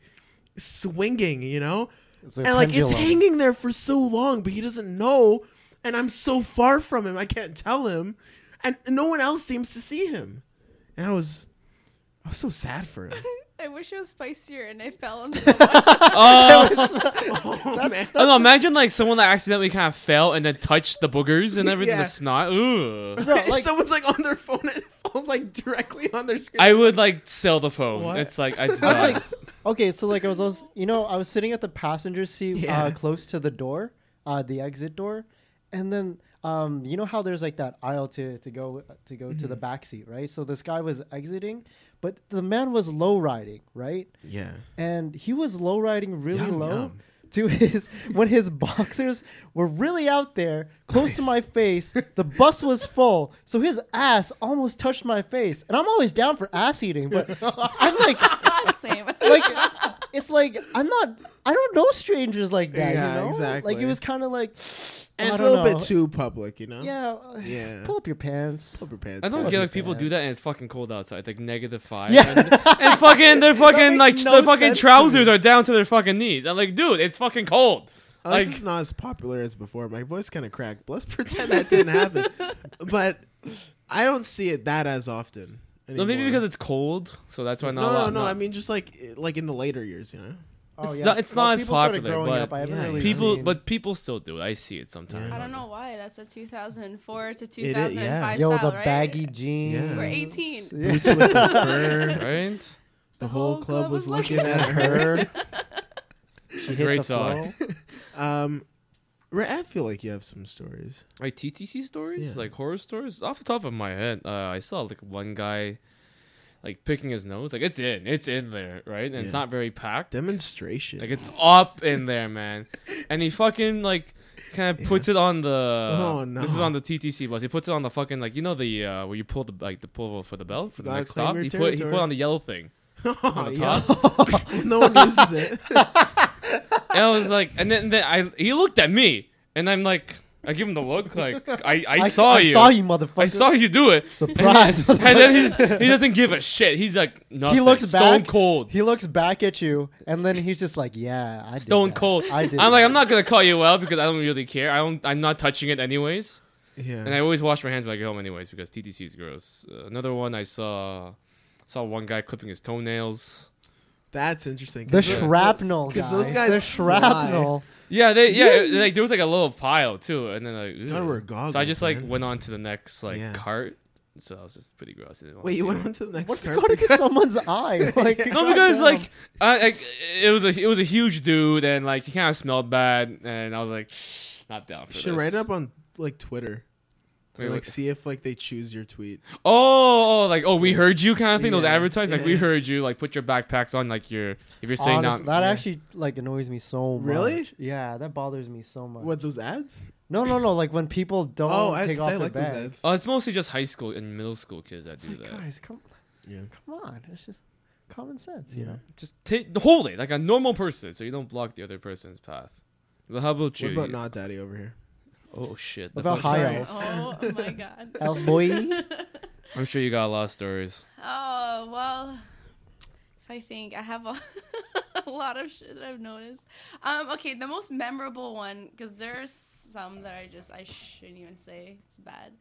S1: swinging, you know.
S3: It's a
S1: and like
S3: pendulum.
S1: it's hanging there for so long, but he doesn't know, and I'm so far from him, I can't tell him, and no one else seems to see him, and I was I was so sad for him.
S4: I wish it was spicier and I fell on someone.
S2: Oh,
S1: Oh, man.
S2: I don't know. Imagine like someone that accidentally kind of fell and then touched the boogers and everything,
S1: Yeah.
S2: the snot. Ooh.
S3: No, like
S1: someone's like on their phone and it falls like directly on their screen.
S2: I would like sell the phone.
S1: What?
S2: It's like I did
S3: I
S2: not-
S3: was like, okay, so like I was, also- you know, I was sitting at the passenger seat
S1: Yeah.
S3: uh, close to the door, uh, the exit door, and then um, you know how there's like that aisle to to go to go to the
S1: Mm-hmm.
S3: back seat, right? So this guy was exiting, but the man was low riding, right?
S1: yeah.
S3: and he was low riding really
S1: Yum,
S3: low
S1: yum.
S3: to his when his boxers were really out there close to
S1: Nice.
S3: my face the bus was full so his ass almost touched my face and i'm always down for ass eating but i'm like
S4: Same.
S3: like it's like i'm not i don't know strangers like that
S1: Yeah,
S3: you know like
S1: exactly.
S3: it was kind of like
S1: And
S3: I
S1: it's a
S3: don't
S1: little
S3: know.
S1: bit too public, you know?
S3: yeah
S1: Yeah.
S3: pull up your pants
S1: Pull up your pants.
S2: I don't
S1: down.
S2: get like
S3: Understand.
S2: people do that and it's fucking cold outside, like negative five.
S3: Yeah.
S2: And, and fucking their fucking like
S3: makes no
S2: their fucking
S3: sense to
S2: trousers
S3: me.
S2: are down to their fucking knees. I'm like, dude, it's fucking cold.
S1: Oh,
S2: Like
S1: this is not as popular as before. My voice kind of cracked. but Let's pretend that didn't happen. but I don't see it that as often.
S2: no,
S1: Anymore.
S2: maybe because it's cold, so that's why not.
S1: no,
S2: a
S1: no,
S2: lot,
S1: no.
S2: not-
S1: I mean, just like like in the later years, you know.
S3: oh,
S2: It's not- it's not as
S3: people started
S2: popular,
S3: growing
S2: but
S3: up. I haven't
S1: yeah.
S3: really
S2: people,
S3: seen-
S2: but people still do. it. I see it sometimes.
S4: I don't know why. That's a 2004 to
S1: yeah.
S4: 2005
S3: yo
S4: style,
S3: the
S4: right?
S3: baggy jeans
S4: We're 18.
S3: Yeah.
S1: Boots with the fur.
S2: Right?
S1: The whole club was looking at
S3: at her. she hit
S2: Great
S3: the
S2: song.
S3: floor.
S1: Um, Ra- I feel like you have some stories.
S2: Like TTC stories,
S1: Yeah.
S2: like horror stories. Off the top of my head, uh, I saw like one guy, like picking his nose. Like it's in, it's in there, right? And it's
S1: Yeah.
S2: not very packed.
S1: Demonstration.
S2: Like it's up in there, man. And he fucking like kind of puts it on the.
S1: Oh, no.
S2: This is on the TTC bus. He puts it on the fucking like you know the uh, where you pull the like the pull for the bell for the
S1: Gotta
S2: next
S1: claim
S2: stop.
S1: your
S2: He put he put
S1: territory.
S2: on the yellow thing.
S1: oh,
S2: the
S1: yeah. no one uses it.
S2: And I was like, and then, then I he looked at me, and I'm like, I give him the look like I I, saw
S3: I
S2: you.
S3: saw you, motherfucker.
S2: I saw you do it.
S3: Surprise.
S2: And then he's, he doesn't give a shit. He's like, nothing.
S3: he looks
S2: Stone
S3: back.
S2: cold.
S3: He looks back at you, and then he's just like, "Yeah, I did
S2: Stone
S3: that.
S2: cold.
S3: I did.
S2: I'm like,
S3: that."
S2: I'm not gonna call you out because I don't really care. I don't. I'm not touching it anyways.
S1: Yeah.
S2: And I always wash my hands when I get home, anyways, because TTC is gross. Uh, another one I saw saw one guy clipping his toenails.
S1: That's interesting.
S3: the
S1: 'cause tho-
S3: shrapnel.
S1: Because those
S3: guys,
S1: guys
S3: the shrapnel.
S2: Yeah, they yeah, it- like there was like a little pile too, and then like ew.
S1: Gotta wear
S2: So I
S1: goggles,
S2: just like
S1: man.
S2: went on to the next like
S1: Yeah.
S2: cart. So I was just pretty gross. I didn't wanna
S1: Wait,
S2: see
S1: you went
S2: it.
S1: on to the next
S3: What if you
S1: card?
S3: go to
S1: because-
S3: someone's eye? Like,
S2: No, because like I, I it was a it was a huge dude, and like he kind of smelled bad, and I was like, not down for
S1: You should
S2: this.
S1: write up on like Twitter.
S2: Wait,
S1: And, like
S2: what-
S1: see if like they choose your tweet.
S2: Oh, oh, like oh, we heard you kind of thing. Those
S1: Yeah,
S2: advertisements, like we
S1: yeah.
S2: heard you. Like put your backpacks on, like you're if you're saying
S3: honest,
S2: not.
S3: that actually like annoys me so much.
S1: Really?
S3: Yeah, that bothers me so much.
S1: What those ads?
S3: No, no, no. Like when people don't
S1: Oh, I,
S3: take
S1: 'cause
S3: off
S1: I
S3: their
S1: like those
S3: bags.
S1: ads.
S2: Oh, it's mostly just high school and middle school kids that
S3: It's
S2: do
S3: like,
S2: that.
S3: guys, come,
S1: Yeah.
S3: come on. It's just common sense, you
S1: Yeah.
S3: know.
S2: Just take hold it like a normal person, so you don't block the other person's path. But how about
S1: What
S2: you?
S1: about not daddy over here?
S2: oh shit!
S3: What about
S2: fuck-
S3: high
S1: sorry.
S3: elf?
S4: Oh my god.
S3: Elf boy.
S2: I'm sure you got a lot of stories.
S4: Oh well. If I think I have a a lot of shit that I've noticed. Um, okay, the most memorable one because there are some that I just I shouldn't even say it's bad,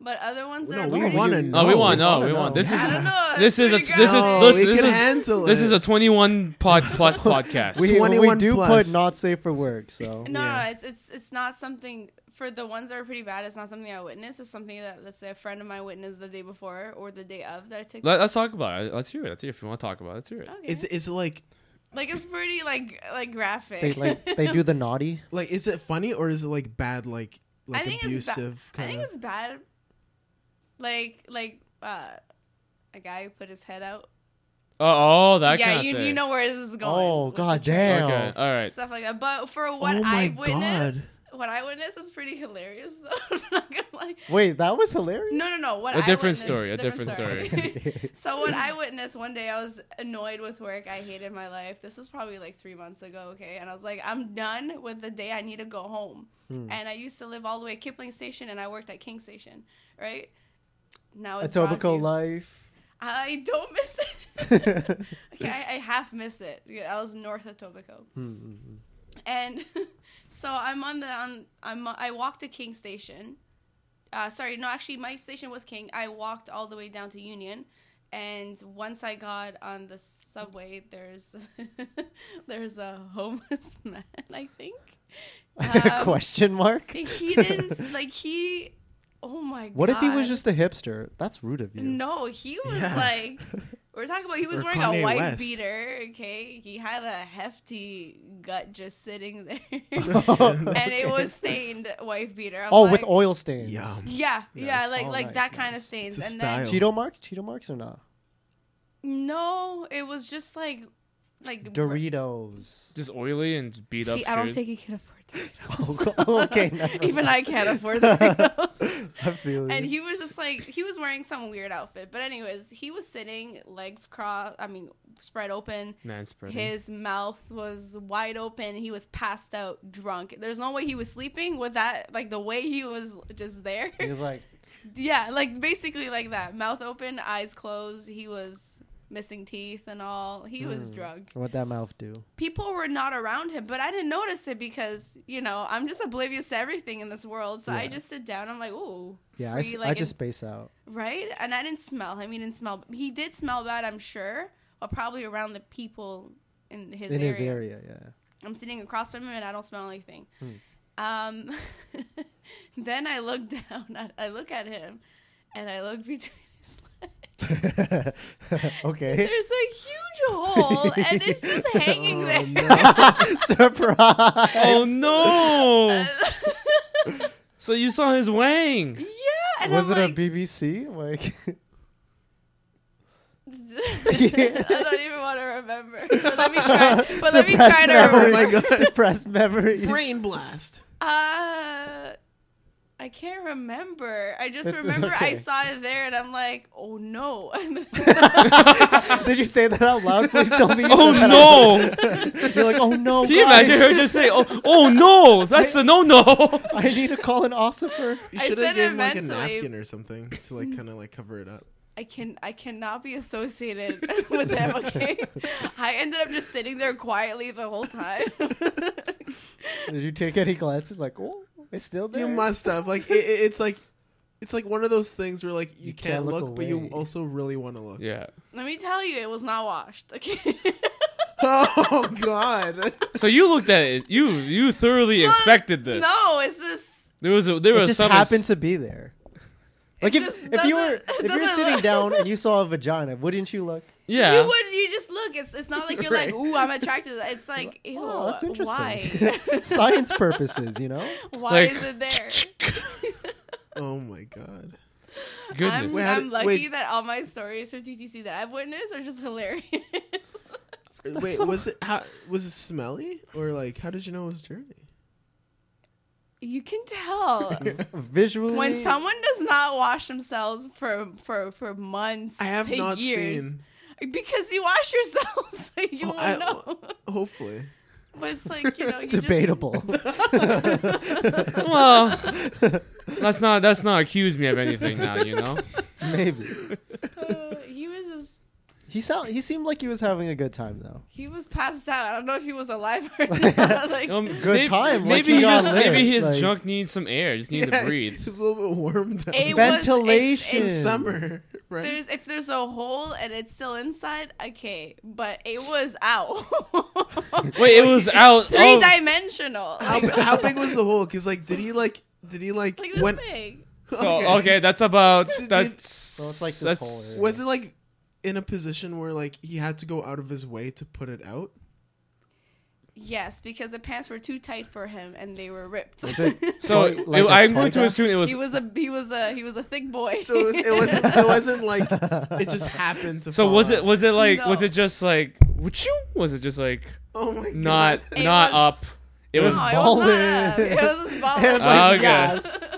S4: but other ones that
S1: No,
S4: are
S1: we
S4: pretty-
S1: want to know.
S2: No, Oh, we want. No,
S3: wanna
S2: we want.
S3: know.
S2: This is
S4: I don't know.
S2: this is a
S4: pretty
S2: this is
S4: gross.
S1: No,
S2: listen,
S1: we
S2: this
S1: can
S2: is
S1: handle
S2: this
S1: it.
S2: is a 21 pod plus podcast.
S3: We, we
S1: 21
S3: do
S1: plus.
S3: put not safe for work, so
S4: No,
S1: Yeah.
S4: no, it's it's it's not something for the ones that are pretty bad. It's not something I witnessed. It's something that let's say a friend of mine witnessed the day before or the day of that I took.
S2: Let, us talk about it. Let's hear it. Let's hear it. If you want to talk about it, let's hear it.
S4: okay.
S1: Is is it like
S4: like it's pretty like like graphic.
S3: they like they do the naughty.
S1: like is it funny or is it like bad like like
S4: I think it's bad.
S1: abusive
S4: I think
S1: kind of?
S4: it's bad. Like like uh, a guy who put his head out.
S2: Oh, oh, that
S4: yeah,
S2: kind
S4: you
S2: of thing.
S4: you know where this is going.
S3: Oh
S4: with the
S3: god
S2: Okay.
S3: damn!
S2: All right.
S4: stuff like that. But for what
S1: Oh my
S4: I
S1: God.
S4: witnessed, what I witnessed is pretty hilarious though. I'm not gonna lie.
S3: Wait, that was hilarious.
S4: No, no, no. What
S2: A
S4: I
S2: different
S4: witnessed-
S2: story, a different
S4: so what I witnessed one day, I was annoyed with work. I hated my life. This was probably like three months ago. Okay, and I was like, I'm done with the day. I need to go home. And I used to live all the way at Kipling Station, and I worked at King Station, right? Now it's
S3: Etobicoke
S4: Broadview.
S3: life.
S4: I don't miss it. okay, I, I half miss it. Yeah, I was north of Tobico.
S3: Hmm,
S4: And so I'm on the on I'm I walked to King Station. Uh, sorry, no, actually my station was King. I walked all the way down to Union. And once I got on the subway, there's there's a homeless man, I think. Um,
S3: Question mark.
S4: he didn't like he. Oh my god!
S3: What if he was just a hipster? That's rude of you.
S4: No, he was
S1: Yeah.
S4: like we're talking about he was
S1: Or
S4: wearing
S1: Kanye
S4: a white
S1: West.
S4: beater, okay? He had a hefty gut just sitting there.
S1: Just-
S4: and it was stained white beater. I'm
S3: Oh,
S4: like,
S3: with oil stains.
S1: Yum.
S4: Yeah, yeah,
S3: Nice.
S4: like
S3: Oh,
S4: like
S3: nice,
S4: that kind of
S3: nice.
S4: stains.
S1: It's a
S4: and then
S1: style.
S3: Cheeto marks? Cheeto marks or not?
S4: no, it was just like like
S3: Doritos.
S2: Just oily and beat up.
S4: He- I don't
S2: shit.
S4: think he could afford
S3: Oh, God. okay.
S4: that.
S3: never
S4: Even
S3: mind.
S4: I can't afford that.
S3: I feel
S4: and
S3: you.
S4: he was just like he was wearing some weird outfit. But anyways, he was sitting legs crossed, I mean spread open.
S2: man spreading.
S4: His mouth was wide open. He was passed out drunk. There's no way he was sleeping with that, like the way he was just there.
S3: He was like,
S4: yeah, like basically like that. Mouth open, eyes closed. He was missing teeth and all. He
S3: Hmm.
S4: was drunk.
S3: "What that mouth do?"
S4: People were not around him, but I didn't notice it because, you know, I'm just oblivious to everything in this world. So I
S3: Yeah.
S4: just sit down. I'm like, ooh.
S3: Yeah, I,
S4: free,
S3: s- I
S4: like,
S3: just
S4: in-
S3: space out.
S4: Right? And I didn't smell him. He didn't smell. He did smell bad, I'm sure, but probably around the people in his
S3: in
S4: area.
S3: his area. Yeah.
S4: I'm sitting across from him and I don't smell anything.
S3: Hmm.
S4: Um, then I look down. I, I look at him, and I look between his legs.
S3: okay.
S4: There's a huge hole, and it's just hanging
S1: Oh,
S4: there.
S1: no.
S3: Surprise!
S2: Oh no! so you saw his wang.
S4: yeah, and
S3: Was
S4: I'm
S3: it
S4: like,
S3: a BBC? Like,
S4: I don't even want to remember. But let me try. But let me try to
S1: memory.
S4: remember.
S1: Oh my God.
S3: Suppressed memory.
S1: brain blast.
S4: Uh, I can't remember. I just
S3: It's- it's
S4: remember I
S3: okay.
S4: saw it there, and I'm like, oh no.
S3: Did you say that out loud? Please tell me. You
S2: Oh
S3: said that
S2: no!
S3: out- You're like, oh no.
S2: Can you
S3: God,
S2: imagine her just say, "Oh, oh no, that's a no no."
S3: I need to call an ossifer.
S1: You
S4: I
S1: should
S4: said
S1: have given
S4: it
S1: him, like a
S4: mentally.
S1: napkin or something to like kind of like cover it up.
S4: I can I cannot be associated with them. Okay, I ended up just sitting there quietly the whole time.
S3: Did you take any glances? Like, oh, it's still there.
S1: You must have like it, it- it's like it's like one of those things where like you, can't, look, but you
S3: away.
S1: also really want to look.
S2: Yeah.
S4: Let me tell you, it was not washed. Okay,
S1: Oh God!
S2: So you looked at it. You you thoroughly expected this.
S4: No, it's just
S2: There was a, there
S3: It
S2: was
S3: just
S2: some
S3: happened to be there. Like
S4: just
S3: if, if you were
S4: doesn't-
S3: if you're
S4: doesn't
S3: sitting
S4: look-
S3: down and you saw a vagina, wouldn't you look?
S2: Yeah.
S4: you would you just look. It's it's not like you're
S1: Right.
S4: like, ooh, I'm attracted. to that." It's like, ew,
S3: Oh, that's interesting.
S4: why?
S3: Science purposes, you know.
S4: Why
S2: Like-
S4: is it there?
S1: Oh my God!
S2: Goodness.
S4: I'm,
S1: Wait, how
S4: I'm
S1: did-
S4: lucky
S1: wait.
S4: that all my stories from TTC that I've witnessed are just hilarious.
S1: Wait,
S3: so-
S1: was it how was it smelly or like how did you know it was dirty?
S4: you can tell
S3: Visually,
S4: when someone does not wash themselves for for for months.
S1: I have
S4: to
S1: not
S4: years,
S1: seen.
S4: because you wash yourself, so you
S1: Oh,
S4: won't
S1: I-
S4: know.
S1: Hopefully,
S4: but it's like you know, you
S3: debatable.
S2: well, let's not let's not accuse me of anything now. You know.
S3: Maybe
S4: Just, uh, he was just.
S3: he He sound he seemed like he was having a good time though.
S4: He was passed out. I don't know if he was alive or not. Like,
S2: Um,
S3: Good time, like,
S2: Maybe
S3: he
S2: he
S3: got
S2: just,
S3: lit,
S2: maybe his
S3: like-
S2: junk needs some air. Just need
S1: Yeah,
S2: to breathe.
S1: It's a little bit warm down
S4: It
S1: there.
S4: was-
S3: Ventilation.
S1: It's summer, right?
S4: there's if there's a hole and it's still inside, okay. But it was out.
S2: Wait, it was out. oh,
S4: Three
S2: of-
S4: dimensional.
S1: Oh. how, bi- how big was the hole? Because like, did he like? Did he like?
S4: Like this
S1: when,
S4: thing.
S2: So okay. that's about
S1: So did-
S2: that's.
S3: So it's like this
S2: that's,
S3: whole area.
S1: Was it like in a position where like he had to go out of his way to put it out?
S4: Yes, because the pants were too tight for him and they were ripped.
S2: So
S3: Toy- like
S2: it-
S3: a
S2: I'm
S3: toy
S2: going to
S3: gun?
S2: assume it was.
S4: he was a he was a he was a thick boy.
S1: So it, was, it wasn't. It wasn't like it just happened to.
S2: so
S1: fall
S2: was it?
S1: out.
S2: Was it like? Was
S4: No.
S2: it just like? Wachoo? Was it just like
S1: Oh my god!
S2: not
S4: It
S2: not
S4: was-
S2: up? It was.
S4: no,
S2: All
S4: it was not. up.
S3: balling.
S4: It was just balling.
S3: It was
S2: like, Okay.
S3: yes.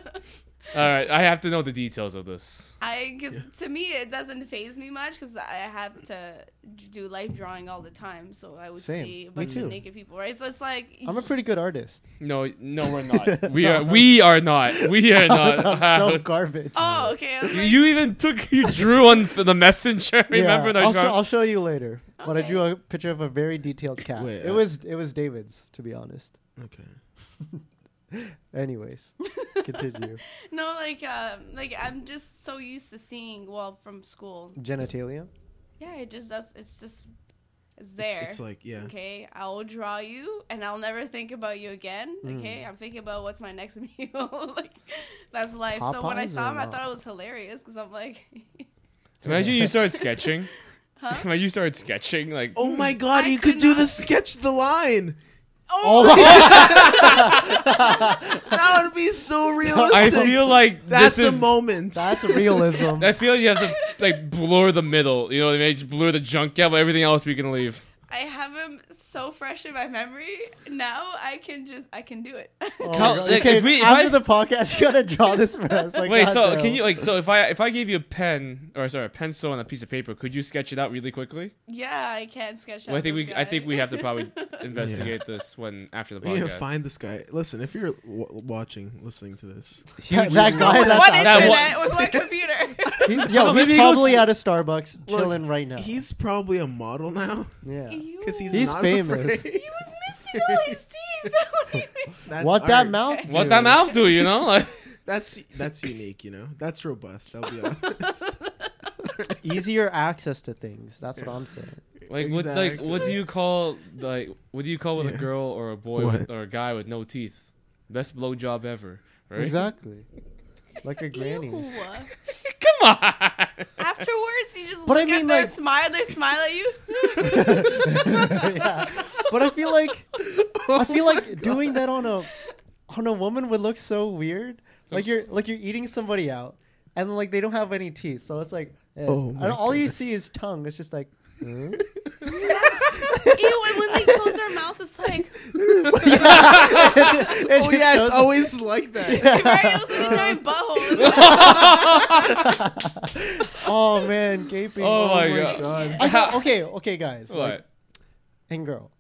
S2: right. I have to know the details of this.
S4: I because to me it doesn't phase me much because I have to d- do life drawing all the time, so I would
S3: Same.
S4: see a
S3: Me
S4: bunch
S3: too.
S4: of naked people, right? So it's like oh,
S3: I'm a pretty good artist.
S2: No, no, we're not. We are. We are not. We are not.
S3: I'm so garbage.
S4: oh okay. I was
S2: You-
S4: like,
S2: You even took you drew on f- the messenger.
S3: Yeah,
S2: Remember that?
S3: I'll, show,
S2: drawing?
S3: I'll show you later. But I
S4: Okay.
S3: drew a picture of a very detailed cat.
S1: Wait,
S3: it
S1: uh,
S3: was it was David's, to be honest.
S1: Okay.
S3: Anyways, continue.
S4: no, like um, like I'm just so used to seeing well from school.
S3: Genitalia.
S4: Yeah, it just does. It's just it's there.
S1: It's like yeah.
S4: Okay, I'll draw you, and I'll never think about you again.
S3: Hmm.
S4: Okay, I'm thinking about what's my next meal. like that's life. so when I
S3: Popeyes
S4: saw him,
S3: or
S4: I
S3: not?
S4: thought it was hilarious because I'm like,
S2: Imagine you started sketching. Huh? you started sketching like.
S1: Oh my god!
S4: Hmm. I
S1: you could
S4: could
S1: do
S4: not-
S1: the sketch the line.
S3: Oh,
S1: That would be so realistic.
S2: I feel like
S1: That's
S2: this
S1: a
S2: is,
S1: moment.
S3: that's realism.
S2: I feel you have to like blur the middle. You know, they just blur the junk out, but everything else we can leave.
S4: I have him so fresh in my memory now. I can just I can do it.
S3: Oh my
S2: How-
S3: God.
S2: like,
S3: okay,
S2: if we- if
S3: after
S2: I-
S3: the podcast, you gotta draw this for us. Like,
S2: Wait, so
S3: goddamn.
S2: can you like so if I if I gave you a pen or sorry a pencil and a piece of paper, could you sketch it out really quickly?
S4: yeah, I can sketch.
S2: Well, I
S4: out
S2: think
S4: this
S2: we I think we have to
S4: guy.
S2: probably investigate this when after the
S1: We need to
S2: podcast.
S1: find this guy. Listen, if you're w- watching, listening to this,
S3: that, that guy?
S4: With
S3: That's
S4: one
S3: out
S2: That
S4: internet,
S2: one-
S4: with one computer.
S3: there. He's, yo,
S2: No,
S3: he's
S2: maybe he goes-
S3: probably at a Starbucks
S1: Look,
S3: chilling right now.
S1: he's probably a model now
S3: yeah.
S4: Ew.
S1: because he's
S3: He's
S1: not
S3: famous.
S1: afraid.
S4: he was missing all his teeth. What do you mean?
S1: That's
S3: What that
S1: art.
S3: mouth?
S2: What
S3: do?
S2: that mouth do? You know, like
S1: That's that's unique. You know, that's robust. I'll be honest.
S3: Easier access to things. That's what I'm saying.
S2: like what like what do
S1: Exactly.
S2: you call like what do you call with a
S1: Yeah.
S2: girl or a boy
S1: What?
S2: with, or a guy with no teeth? Best blowjob ever, right?
S3: Exactly. Like a granny.
S4: Ew.
S2: Come on.
S4: Afterwards, you just
S3: But I
S4: look
S3: mean,
S4: at their
S3: like-
S4: smile. They smile at you.
S3: yeah. But I feel like I feel
S1: Oh
S3: like doing that on a on a woman would look so weird. Like you're like you're eating somebody out, and like they don't have any teeth, so it's like, eh.
S1: Oh
S3: and
S1: my
S3: all you
S1: goodness.
S3: see is tongue. It's just like, hmm?
S4: That's ew. And when they close their mouth, it's like
S3: It
S1: oh
S3: just
S1: yeah,
S3: goes-
S1: it's always like that.
S4: Mario's in a giant butthole.
S3: oh man, gaping.
S2: Oh my
S1: Oh my
S2: God.
S1: god.
S3: I feel- okay, okay, guys, like,
S2: What?
S3: and girl,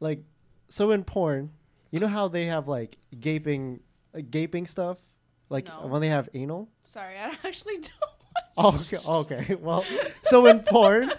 S3: like, so in porn, you know how they have like gaping, uh, gaping stuff, like
S4: No.
S3: when they have anal.
S4: Sorry, I actually don't.
S3: Oh, okay, okay. Well, so in porn,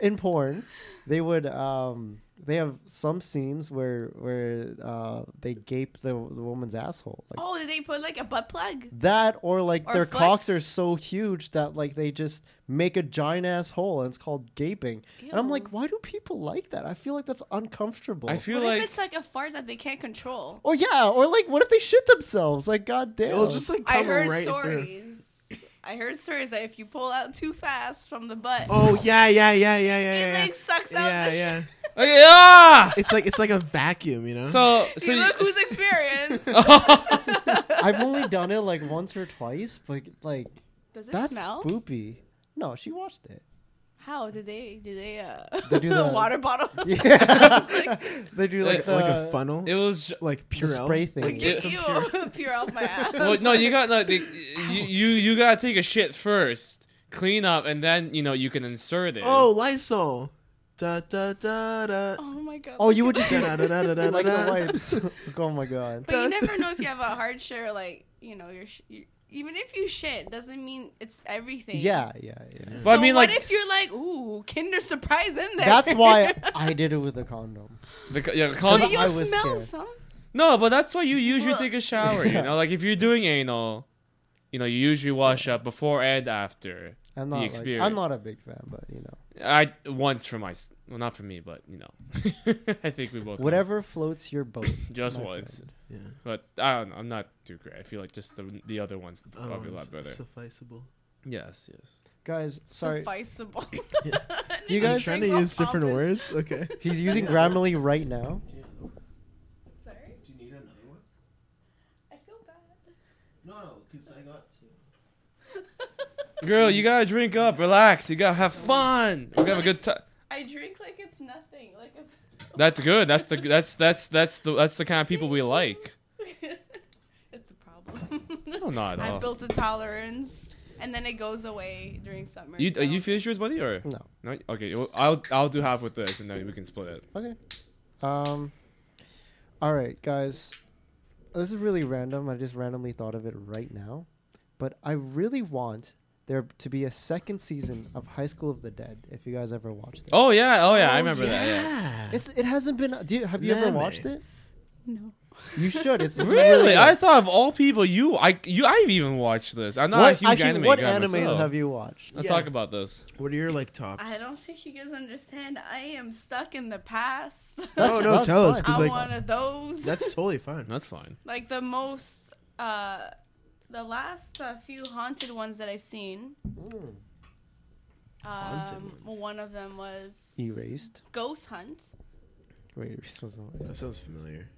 S3: in porn, they would um they have some scenes where where uh they gape the, the woman's asshole like
S4: Oh, did they put like a butt plug?
S3: that or like
S4: Or
S3: their cocks
S4: foots?
S3: are so huge that like they just make a giant asshole and it's called gaping. And I'm
S4: Ew.
S3: like, why do people like that? I feel like that's uncomfortable.
S2: I feel
S4: What
S2: like
S4: if it's like a fart that they can't control?
S3: or yeah, or like what if they shit themselves? Like goddamn.
S1: It'll just like
S4: I
S1: come
S4: heard
S1: right through.
S4: stories. I heard stories that if you pull out too fast from the butt,
S1: Oh yeah, yeah, yeah, yeah, yeah.
S4: it
S1: yeah.
S4: like sucks out
S1: yeah,
S4: the shit.
S1: yeah.
S2: Okay, ah!
S1: It's like it's like a vacuum, you know.
S2: So, so
S4: See,
S2: you- Oh,
S4: look who's experienced.
S3: I've only done it like once or twice, but like
S4: Does it
S3: that's
S4: smell?
S3: spoopy. No, she watched it.
S4: How did they? Did they? Uh,
S3: They do the-
S4: water bottle.
S3: Yeah.
S4: like,
S3: they do
S1: like
S3: like
S1: like
S3: the-
S1: a funnel,
S2: it was.
S1: like
S3: uh, the
S1: Purell.
S3: spray thing.
S1: Like,
S2: It-
S4: ew, pure out my ass.
S2: Well, no, you got no, the, you, you you gotta take a shit first, clean up, and then you know you can insert it.
S1: oh, Lysol. Da da da da.
S4: Oh my god.
S3: oh, you would just use
S1: Da, da, da, da, da,
S3: like
S1: da,
S3: the
S1: da.
S3: wipes. Like, oh my god.
S4: But you never know if you have a hard share, like you know your sh- you- even if you shit doesn't mean it's everything.
S3: Yeah, yeah, yeah.
S4: So
S2: But I mean,
S4: what
S2: like-
S4: if you're like, ooh, Kinder Surprise in there?
S3: That's why I did it with a condom.
S2: The, co- yeah, the
S4: But
S2: condom-
S4: you
S3: I was
S4: smell
S3: scared.
S4: some.
S2: no, but that's why you usually
S4: Look.
S2: take a shower. You know, like if you're doing anal, you know, you usually wash up before and after.
S3: I'm not. Like,
S2: experience.
S3: I'm not a big fan, but you know,
S2: I once for my s- well, not for me, but you know, I think we both
S3: whatever floats your boat.
S2: Just
S3: my
S2: once,
S3: friend.
S1: Yeah.
S2: but I don't know. I'm not too great. I feel like just the the other one's
S1: Other
S2: probably a
S1: one's
S2: lot better.
S1: Oh, Sufficeable.
S2: yes, yes.
S3: Guys, sorry.
S4: Sufficeable.
S3: Do you
S1: I'm
S3: guys?
S1: trying to
S4: Single
S1: use different
S4: office.
S1: words. Okay.
S3: He's using Grammarly right now.
S4: Sorry,
S1: Do you need another one?
S4: I feel bad.
S1: No, because I got two.
S2: Girl, you gotta drink up, relax. You gotta have fun. You gotta have a good time.
S4: I drink like it's nothing. Like it's.
S2: That's good. That's the that's that's that's the that's the kind of people we like.
S4: it's a problem.
S2: No, not at
S4: I
S2: all.
S4: built a tolerance, and then it goes away during summer.
S2: You
S4: so-
S2: uh, you finish yours, buddy, or
S3: No.
S2: no? Okay, well, I'll I'll do half with this, and then we can split it.
S3: Okay. Um. All right, guys. This is really random. I just randomly thought of it right now, but I really want there to be a second season of High School of the Dead. If you guys ever watched it,
S2: Oh yeah, oh yeah, I remember that. Yeah.
S1: yeah.
S3: it's it hasn't been. Do you, have you ever
S1: Name
S3: watched
S1: it.
S3: it?
S4: No.
S3: You should. It's, it's
S2: Really?
S3: good.
S2: I thought of all people, you I you I've even watched this. I'm not
S3: what,
S2: a huge
S3: actually,
S2: anime
S3: what
S2: guy
S3: animes
S2: myself.
S3: have you watched?
S2: Let's
S1: Yeah.
S2: talk about this.
S1: What are your like tops?
S4: I don't think you guys understand. I am stuck in the past.
S1: No, no, tell us, 'cause,
S4: I'm
S1: like-
S4: one of those.
S1: That's totally fine.
S2: That's fine.
S4: like the most, uh, the last uh, few haunted ones that I've seen.
S3: Mm.
S1: Haunted
S4: Um,
S1: ones.
S4: one of them was
S3: Erased.
S4: Ghost Hunt.
S3: Wait, this wasn't.
S1: That sounds familiar.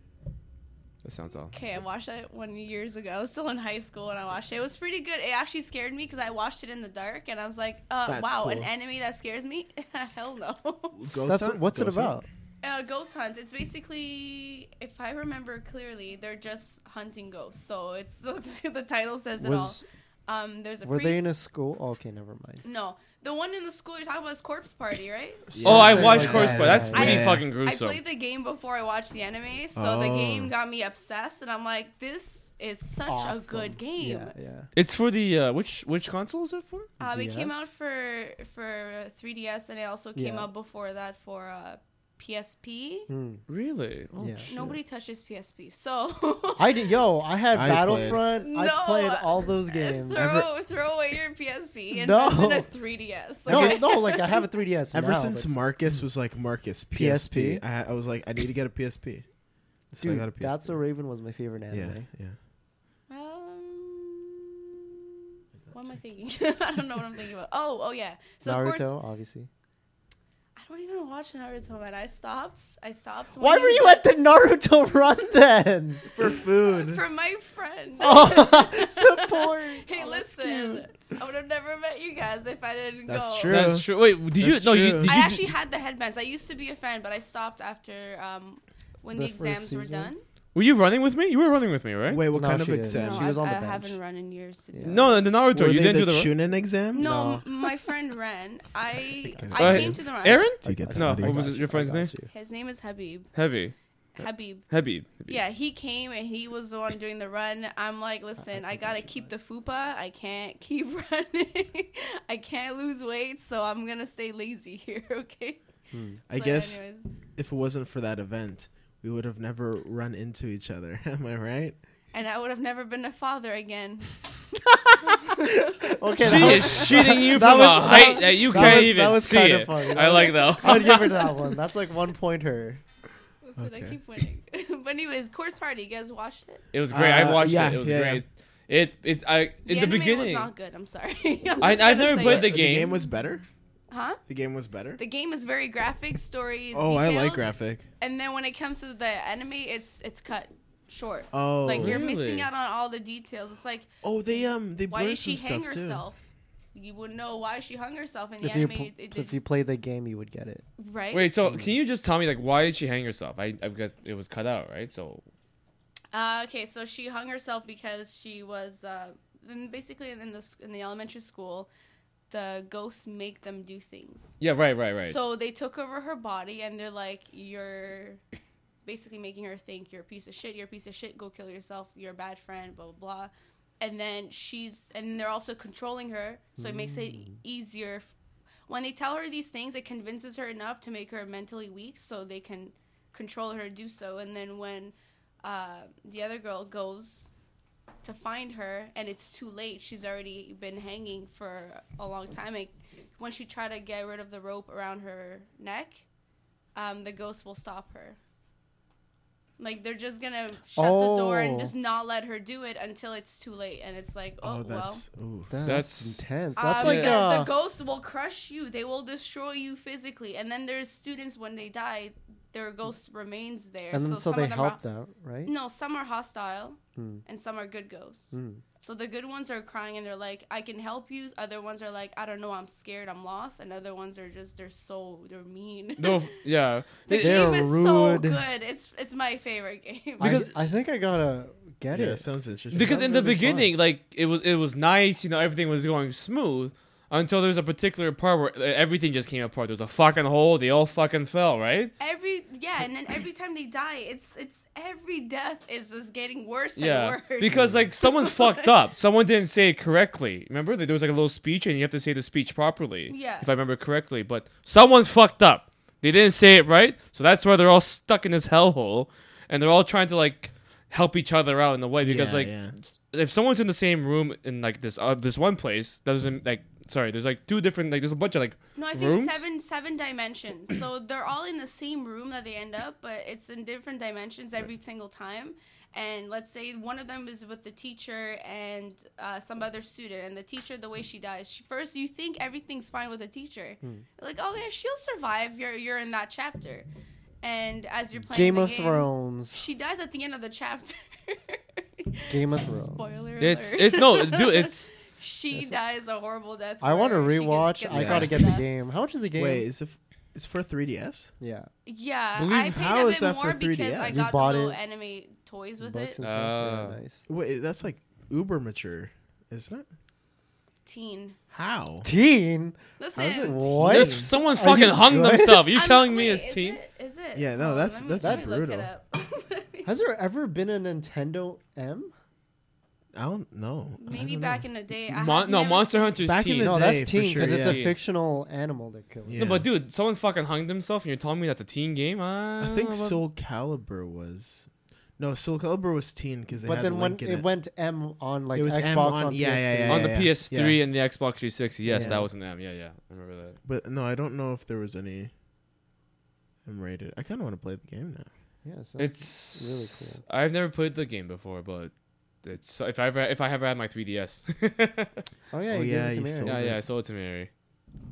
S2: That sounds all.
S4: Okay, I watched it one years ago. I was still in high school and I watched it. It was pretty good. It actually scared me because I watched it in the dark and I was like, uh,
S1: That's
S4: "Wow, an
S1: cool.
S4: enemy that scares me? Hell no."
S1: Ghost
S3: That's
S1: Hunt?
S3: what's it
S1: Ghost Hunt?
S3: about?
S4: Uh, ghost hunt. It's basically, if I remember clearly, they're just hunting ghosts. So it's the title says it
S3: Was
S4: all. Um, there's a
S3: were
S4: priest.
S3: they in a school? Oh, okay, never mind.
S4: no, the one in the school you're talking about is Corpse Party, right?
S2: Oh, I
S3: Something
S2: watched
S3: like
S2: Corpse
S3: that.
S2: Party. That's
S3: Yeah,
S2: pretty
S1: yeah, yeah.
S2: fucking
S4: I
S2: gruesome.
S4: played the game before I watched the anime, so the
S1: Oh.
S4: game got me obsessed, and I'm like, this is such a
S3: Awesome.
S4: good game.
S3: Yeah, yeah.
S2: It's for the uh, which which console is it for?
S4: Uh, it came
S3: DS?
S4: out for for 3DS, and it also came
S3: Yeah.
S4: out before that for uh, PSP.
S3: Hmm.
S2: Really? Oh,
S3: Yeah.
S2: shit.
S4: Nobody touches PSP, so
S3: I did. Yo, I had
S1: I played.
S3: Battlefront. I
S4: No.
S3: played all those games.
S4: Throw, throw away your PSP and
S3: No.
S4: invest in a 3DS.
S3: no,
S4: Like,
S3: no, like I have a 3DS
S1: Ever
S3: now,
S1: since
S3: but-
S1: Marcus was like Marcus PSP,
S3: PSP?
S1: I, I was like I need to get a PSP. So I
S3: dude,
S1: got a PSP.
S3: that's a Raven was my favorite anime.
S1: yeah, yeah.
S4: Um, what am I thinking? I don't know what I'm thinking about. Oh, oh yeah. So of course,
S3: Naruto, obviously.
S4: I don't even watch Naruto, man. I stopped. I stopped.
S3: Why
S4: when
S3: were
S4: it-
S3: you at the Naruto run then?
S1: For food.
S4: For my friend.
S3: Oh, support.
S4: Hey,
S3: Oh, that's
S4: listen.
S3: cute.
S4: I would have never met you guys if I didn't
S1: That's
S4: go.
S1: true.
S2: That's true. Wait, did you?
S1: That's
S2: No, you.
S1: true.
S2: Did you
S4: I actually had the headbands. I used to be a fan, but I stopped after um, when the,
S3: The first
S4: exams were
S3: season?
S4: done.
S2: were you running with me? You were running with me, right?
S1: Wait, what
S3: No,
S1: kind of
S3: she didn't.
S1: exam?
S4: no,
S3: she was
S4: I,
S3: on the
S4: I
S3: bench.
S4: haven't run in years. To be
S3: Yeah.
S4: honest.
S2: No, the Naruto.
S1: Were
S2: you
S1: they
S2: didn't
S1: the
S2: do the. run-
S1: Chunin exams?
S4: No,
S3: No.
S4: m- my friend Ren. I
S1: Okay.
S4: I
S2: Uh,
S4: came to the run.
S2: Aaron?
S1: Do you get
S2: No,
S1: that?
S2: what was
S3: got
S2: it, your
S3: I
S2: friend's
S3: got
S2: name?
S3: you.
S4: His name is Habib.
S2: Heavy.
S4: Habib.
S2: Habib. Habib.
S4: Yeah, he came and he was the one doing the run. I'm like, listen, I gotta keep the fupa. I can't keep running. I can't lose weight, so I'm gonna stay lazy here. Okay.
S1: Hmm. I
S4: So
S1: guess
S4: anyways.
S1: if it wasn't for that event, we would have never run into each other. Am I right?
S4: And I would have never been a father again.
S3: Okay,
S2: She
S3: that
S2: is
S3: was-
S2: shitting you
S3: That
S2: from
S3: was-
S2: a
S3: that
S2: height
S3: was-
S2: that you
S3: that
S2: can't
S3: was- that
S2: even
S3: was
S2: see
S3: kinda
S2: it.
S3: funny.
S2: I like that.
S3: I would give her that one. That's like one point her.
S4: Listen,
S1: Okay.
S4: I keep winning. but anyways, course party. You guys watched it?
S2: It was great. I
S1: Uh,
S2: watched
S1: yeah,
S2: it. It was
S1: yeah,
S2: great. It it I
S4: The
S2: in the,
S4: anime was
S2: beginning.
S4: not good. I'm sorry. I'm
S2: I
S4: just
S2: I've
S4: gonna
S2: never
S4: say
S2: played
S4: it.
S2: the
S1: The
S2: game.
S1: game was better.
S4: Huh?
S1: The game was better.
S4: The game is very graphic. Stories.
S1: Oh, I like
S4: details.
S1: graphic.
S4: and then when it comes to the anime, it's it's cut short.
S1: Oh,
S4: like you're
S2: Really?
S4: missing out on all the details. It's like
S1: oh, they um they
S4: why
S1: blur
S4: did
S1: some
S4: she hang
S1: stuff
S4: herself? You wouldn't know why she hung herself in the
S3: If you
S4: anime.
S3: pl-
S4: it- it
S3: if you
S4: just-
S3: play the game, you would get it.
S4: right?
S2: Wait, so can you just tell me like why did she hang herself? I I guess it was cut out, right? So
S4: Uh, okay, so she hung herself because she was uh, in, basically in the s- in the elementary school. The ghosts make them do things.
S2: yeah, right, right, right.
S4: So they took over her body and they're like, you're basically making her think you're a piece of shit, you're a piece of shit, go kill yourself, you're a bad friend, blah, blah, blah. and then she's and they're also controlling her, so it makes it
S2: Mm.
S4: easier. f- When they tell her these things, it convinces her enough to make her mentally weak, so they can control her to do so. And then when uh, the other girl goes to find her, and it's too late, she's already been hanging for a long time. It, when she tried to get rid of the rope around her neck, um, the ghost will stop her. Like they're just gonna shut the door and
S3: Oh.
S4: just not let her do it until it's too late, and it's like, oh,
S1: Oh,
S4: well.
S1: that's ooh.
S3: That's,
S2: That's-
S3: intense. That's
S4: Um,
S3: like
S4: the,
S3: uh,
S4: the ghosts will crush you. They will destroy you physically. And then there's students when they die, their ghost remains there.
S3: and then so,
S4: some
S3: they
S4: of them are-
S3: helped out, right?
S4: No, some are hostile,
S3: Mm.
S4: and some are good ghosts.
S3: Mm.
S4: So the good ones are crying and they're like, "I can help you." Other ones are like, "I don't know, I'm scared, I'm lost." And other ones are just they're so they're mean.
S2: No, yeah.
S4: the
S3: They're
S4: game is so
S3: rude.
S4: good. It's it's my favorite game.
S3: I,
S2: Because-
S3: I think I gotta get
S1: Yeah,
S3: it.
S1: sounds interesting.
S2: because
S3: sounds
S2: in the
S3: really fun.
S2: beginning, like it was, it was nice. You know, everything was going smooth until there's a particular part where uh, everything just came apart. There was a fucking hole. They all fucking fell, right?
S4: Every yeah, and then every time they die, it's it's every death is just getting worse
S2: yeah.
S4: and worse.
S2: Because like someone fucked up. Someone didn't say it correctly. Remember, Like, there was like a little speech, and you have to say the speech properly.
S4: Yeah.
S2: If I remember correctly, but someone fucked up. They didn't say it right, so that's why they're all stuck in this hellhole, and they're all trying to like help each other out in a way because
S1: Yeah,
S2: like
S1: yeah.
S2: if someone's in the same room in like this uh, this one place doesn't like sorry there's like two different like there's a bunch of like
S4: no, I think
S2: rooms?
S4: seven seven dimensions. So they're all in the same room that they end up, but it's in different dimensions every single time. And let's say one of them is with the teacher and uh, some other student, and the teacher, the way she dies, she, first you think everything's fine with the teacher,
S3: Hmm.
S4: like oh yeah, she'll survive. You're you're in that chapter, and as you're playing
S3: Game
S4: the
S3: of Thrones.
S4: she dies at the end of the chapter.
S3: Game of Thrones.
S4: Spoiler
S2: it's
S4: alert.
S2: it no dude it's
S4: She dies a horrible death.
S3: I want to
S4: where she just
S3: rewatch.
S4: gets
S3: I
S4: crushed
S3: gotta
S4: to
S3: get the
S4: death.
S3: game. How much is the game?
S1: Wait, is it? f- It's for 3ds.
S3: Yeah.
S4: Yeah,
S2: Believe-
S4: I paid
S1: How
S4: a
S1: is
S4: bit
S1: that for
S4: more because
S1: 3DS?
S4: I
S1: You
S4: got the
S3: bought
S4: little
S3: it?
S4: anime toys with
S3: Bucks
S4: it.
S3: and stuff.
S2: Uh,
S3: Yeah, nice.
S1: Wait, that's like uber mature, isn't it?
S4: Teen.
S1: How?
S3: Teen.
S1: it
S4: Listen.
S1: teen?
S3: What?
S2: there's someone
S3: Are
S2: fucking
S3: you
S2: hung
S3: good?
S2: themselves you
S4: I'm-
S2: telling me
S4: wait,
S2: it's
S4: is
S2: teen
S4: it? Is it?
S1: Yeah, no,
S4: Hold on,
S1: that's-
S4: let me-
S1: that's
S4: let me look
S1: brutal.
S4: it up.
S3: Has there ever been a Nintendo M?
S1: I don't know. I
S4: Maybe
S1: don't
S4: back
S1: know.
S4: in the day. I
S2: Mon-
S4: have
S2: no
S4: never
S2: monster
S4: seen-
S2: hunter's
S1: Back in
S2: teen
S1: the
S2: no,
S3: No,
S1: day,
S3: that's
S1: for
S3: teen because
S1: sure,
S3: it's
S2: yeah.
S3: a fictional animal that killed.
S1: Yeah.
S2: but dude someone fucking hung themselves and you're telling me that the teen game I,
S1: I
S2: don't
S1: think
S2: know about-
S1: Soul Calibur was. No, Soul Calibur was teen because they
S3: But
S1: had
S3: then when
S1: Link in
S3: it went M on like
S1: It was
S3: Xbox
S1: M on-
S3: on, PS3.
S1: yeah, yeah, yeah,
S2: on the
S1: yeah.
S2: PS3 and the Xbox 360 yes
S3: Yeah.
S2: that was an M yeah yeah I remember that
S1: But no, I don't know if there was any. M rated. I kind of want to play the game now.
S3: Yeah, so
S2: it's
S3: really cool.
S2: I've never played the game before but it's if I ever if I ever had my 3ds
S3: Oh yeah,
S1: Oh,
S3: you gave
S1: yeah,
S3: it to
S1: you
S3: Mary.
S1: sold
S2: yeah
S1: it.
S2: yeah I sold it to Mary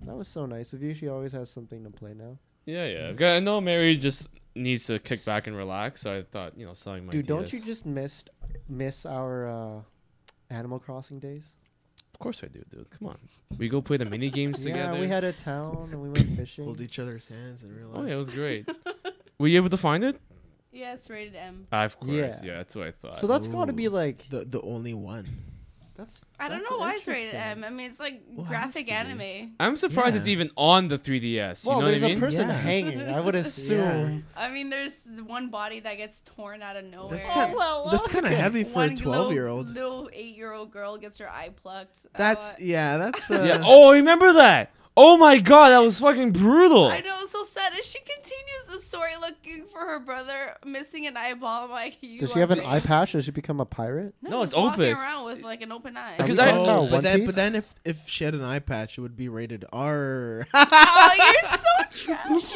S3: That was so nice of you. She always has something to play now.
S2: Yeah, yeah. Okay, I know Mary just needs to kick back and relax. So I thought, you know, selling my
S3: Dude, don't
S2: DS.
S3: you just missed miss our uh, Animal Crossing days?
S2: Of course I do, dude. Come on, we go play the mini games together.
S3: Yeah, we had a town and we went fishing.
S1: Hold each other's hands in real life.
S2: Oh yeah, it was great. Were you able to find it?
S4: Yeah, it's rated M.
S2: Ah, of course. Yeah.
S3: Yeah.
S2: that's what I thought.
S3: so that's got to
S1: Ooh.
S3: be like
S1: The the only one.
S3: that's.
S4: I don't
S3: that's
S4: know why it's um, rated
S3: interesting.
S4: M. I mean, it's like
S1: Well, it has to
S4: graphic
S1: be.
S4: anime.
S2: I'm surprised it's
S1: Yeah.
S2: even on the 3DS. You
S3: Well,
S2: know
S3: there's
S2: what I
S3: a
S2: mean?
S3: person
S1: Yeah.
S3: hanging. I would assume.
S4: I mean, there's the one body that gets torn out of nowhere.
S1: That's kind of
S3: well,
S1: that's kind of heavy for
S4: One
S1: a
S4: glo-
S1: twelve year old.
S4: little eight-year-old girl gets her eye plucked. out.
S1: That's yeah. That's uh,
S2: yeah. Oh, I remember that. Oh my god, that was fucking brutal.
S4: I know, it's so sad. As she continues the story looking for her brother, missing an eyeball, I'm like, you
S3: Does she
S4: are
S3: have an
S4: big.
S3: eye patch? Does she become a pirate?
S2: No,
S4: just
S2: it's
S4: walking
S2: open.
S4: around with like an open eye.
S2: Because
S3: Are we
S2: I-
S3: talking
S2: Oh,
S3: about
S1: but
S3: One
S1: then,
S3: Piece?
S1: but then if if she had an eye patch, it would be rated R.
S4: oh, you're so trash.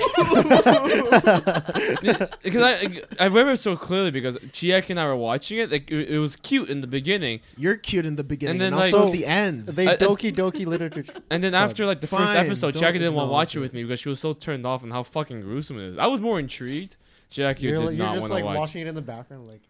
S2: Because I, I remember so clearly because Chiak and I were watching it. Like it, it was cute in the beginning,
S1: You're cute in the beginning,
S2: then,
S1: and,
S2: like-
S1: also
S3: So-
S1: at the end.
S3: They
S2: I- I-
S3: Doki Doki Literature.
S2: And then after like the first
S1: Fine,
S2: episode,
S1: don't
S2: Jackie didn't want to
S1: acknowledge
S2: watch it
S1: it.
S2: with me because she was so turned off on how fucking gruesome it is. I was more intrigued. Jackie
S3: You're,
S2: did
S3: like, you're
S2: not
S3: just
S2: want
S3: like
S2: to watch.
S3: watching it in the background, like,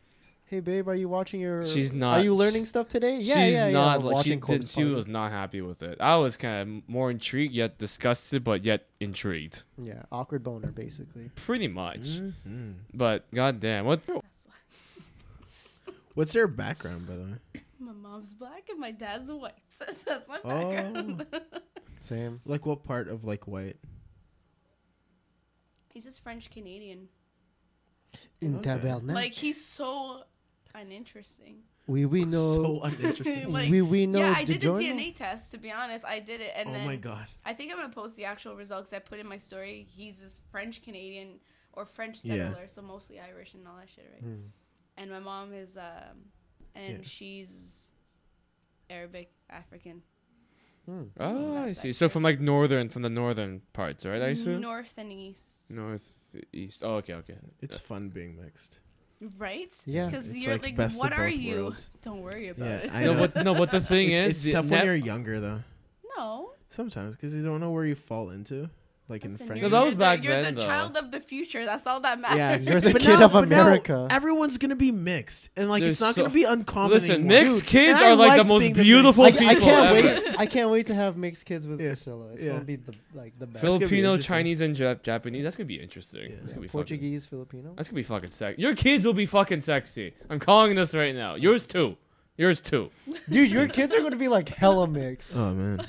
S3: "Hey babe, are you watching your?
S2: She's
S3: Are
S2: not-
S3: you learning stuff today?
S2: She's
S3: Yeah, yeah, yeah.
S2: not
S3: we're
S2: like she
S3: watching Corpse
S2: did. She
S3: Party.
S2: was not happy with it. I was kind of more intrigued yet disgusted, but yet intrigued.
S3: Yeah, awkward boner, basically.
S2: Pretty much.
S3: Mm-hmm.
S1: Mhm.
S2: But goddamn, what?
S4: That's why
S1: What's their background, by the way?
S4: my mom's black and my dad's white. That's my
S1: Oh.
S4: background.
S3: Same.
S1: Like what part of like white?
S4: he's just French Canadian.
S3: In
S1: Okay.
S3: Tabernacl.
S4: Like he's so uninteresting.
S3: We we know.
S1: so uninteresting.
S4: Like,
S3: we we know.
S4: yeah, I
S3: the
S4: did the
S3: journal.
S4: DNA test. To be honest, I did it, and
S1: oh
S4: then
S1: my god.
S4: I think I'm gonna post the actual results. I put in my story. He's this French Canadian or French
S1: Yeah. Hmm.
S4: settler, so mostly Irish and all that shit, right?
S3: Mm.
S4: And my mom is, um, and
S1: Yeah.
S4: she's Arabic African,
S2: Oh, I
S4: That's
S2: see.
S4: it.
S2: So from like northern, from the northern parts, right? I assume
S4: north and east,
S2: northeast. Oh, okay, okay.
S1: It's fun being mixed.
S4: right?
S3: Yeah.
S4: because
S1: It's
S4: you're
S1: like
S4: like,
S1: best of
S4: what are
S1: both
S4: you?
S1: worlds.
S4: Don't worry about
S1: Yeah,
S4: it.
S1: I
S2: No,
S1: know.
S2: but no, but the thing
S1: it's,
S2: is,
S1: it's tough
S2: ne-
S1: when you're younger though.
S4: no,
S1: Sometimes because you don't know where you fall into, like in
S4: listen,
S1: French.
S2: No,
S4: you're-
S2: that was
S4: you're the-
S2: back
S4: You're
S2: then,
S4: the
S2: though.
S4: child of the future. That's all that
S1: Yeah,
S4: matters.
S3: You're the
S1: But
S3: kid
S1: now-
S3: of
S1: but now
S3: America.
S1: everyone's gonna be mixed, and like
S2: There's
S1: it's not
S2: so-
S1: gonna be uncommon.
S2: Listen,
S1: anymore.
S2: mixed kids
S1: and I
S2: are like the
S1: liked
S2: most
S1: being the
S2: beautiful
S3: I,
S1: mixed
S2: people
S1: kid.
S3: I can't
S2: ever.
S3: wait. I can't wait to have mixed kids with
S1: Yeah.
S3: Priscilla. It's
S1: Yeah.
S3: gonna be the like the best.
S1: gonna be
S2: Filipino,
S1: interesting.
S2: Chinese, and Jap- Japanese. That's gonna be interesting.
S1: Yeah.
S2: That's gonna be fucking.
S3: Portuguese, Filipino.
S2: That's gonna be fucking sexy. Your kids will be fucking sexy. I'm calling this right now. Yours too. Yours too.
S3: Dude, your kids are gonna be like hella mixed.
S1: Oh man,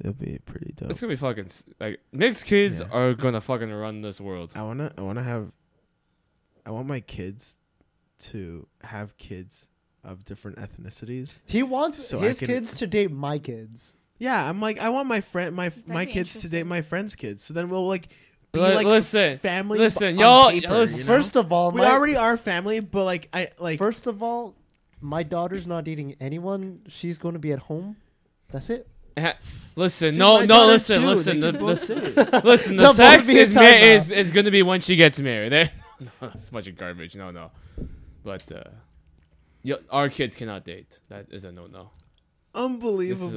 S1: it'll be pretty dope.
S2: It's gonna be fucking s- like mixed kids
S1: Yeah.
S2: are gonna fucking run this world.
S1: I wanna, I wanna have, I want my kids to have kids of different ethnicities.
S3: He wants
S1: So I
S3: his
S1: can-
S3: kids to date my kids.
S1: Yeah, I'm like, I want my friend, my my
S4: be
S1: kids to date
S4: interesting.
S1: my friends' kids. So then we'll like, be
S2: Li-
S1: like
S2: listen,
S1: family.
S2: listen,
S1: on
S2: y'all-
S1: paper,
S2: listen-
S1: you know?
S3: First of all,
S1: we
S3: my,
S1: already are family, but like, I like.
S3: First of all, my daughter's not dating anyone. She's going to be at home. That's it.
S2: Ha- Listen,
S1: Dude,
S2: no,
S1: my
S2: no,
S1: daughter
S2: listen,
S1: too,
S2: listen,
S1: they
S2: the,
S1: can
S2: the,
S1: both
S2: s-
S1: date.
S2: listen. The
S3: They'll both
S2: sex
S3: be
S2: is,
S3: in
S2: ma-
S3: timeout.
S2: is is gonna be when she gets married. no, no, that's a bunch of garbage. No, no, but uh, yo, our kids cannot date. That is a no, no. This is a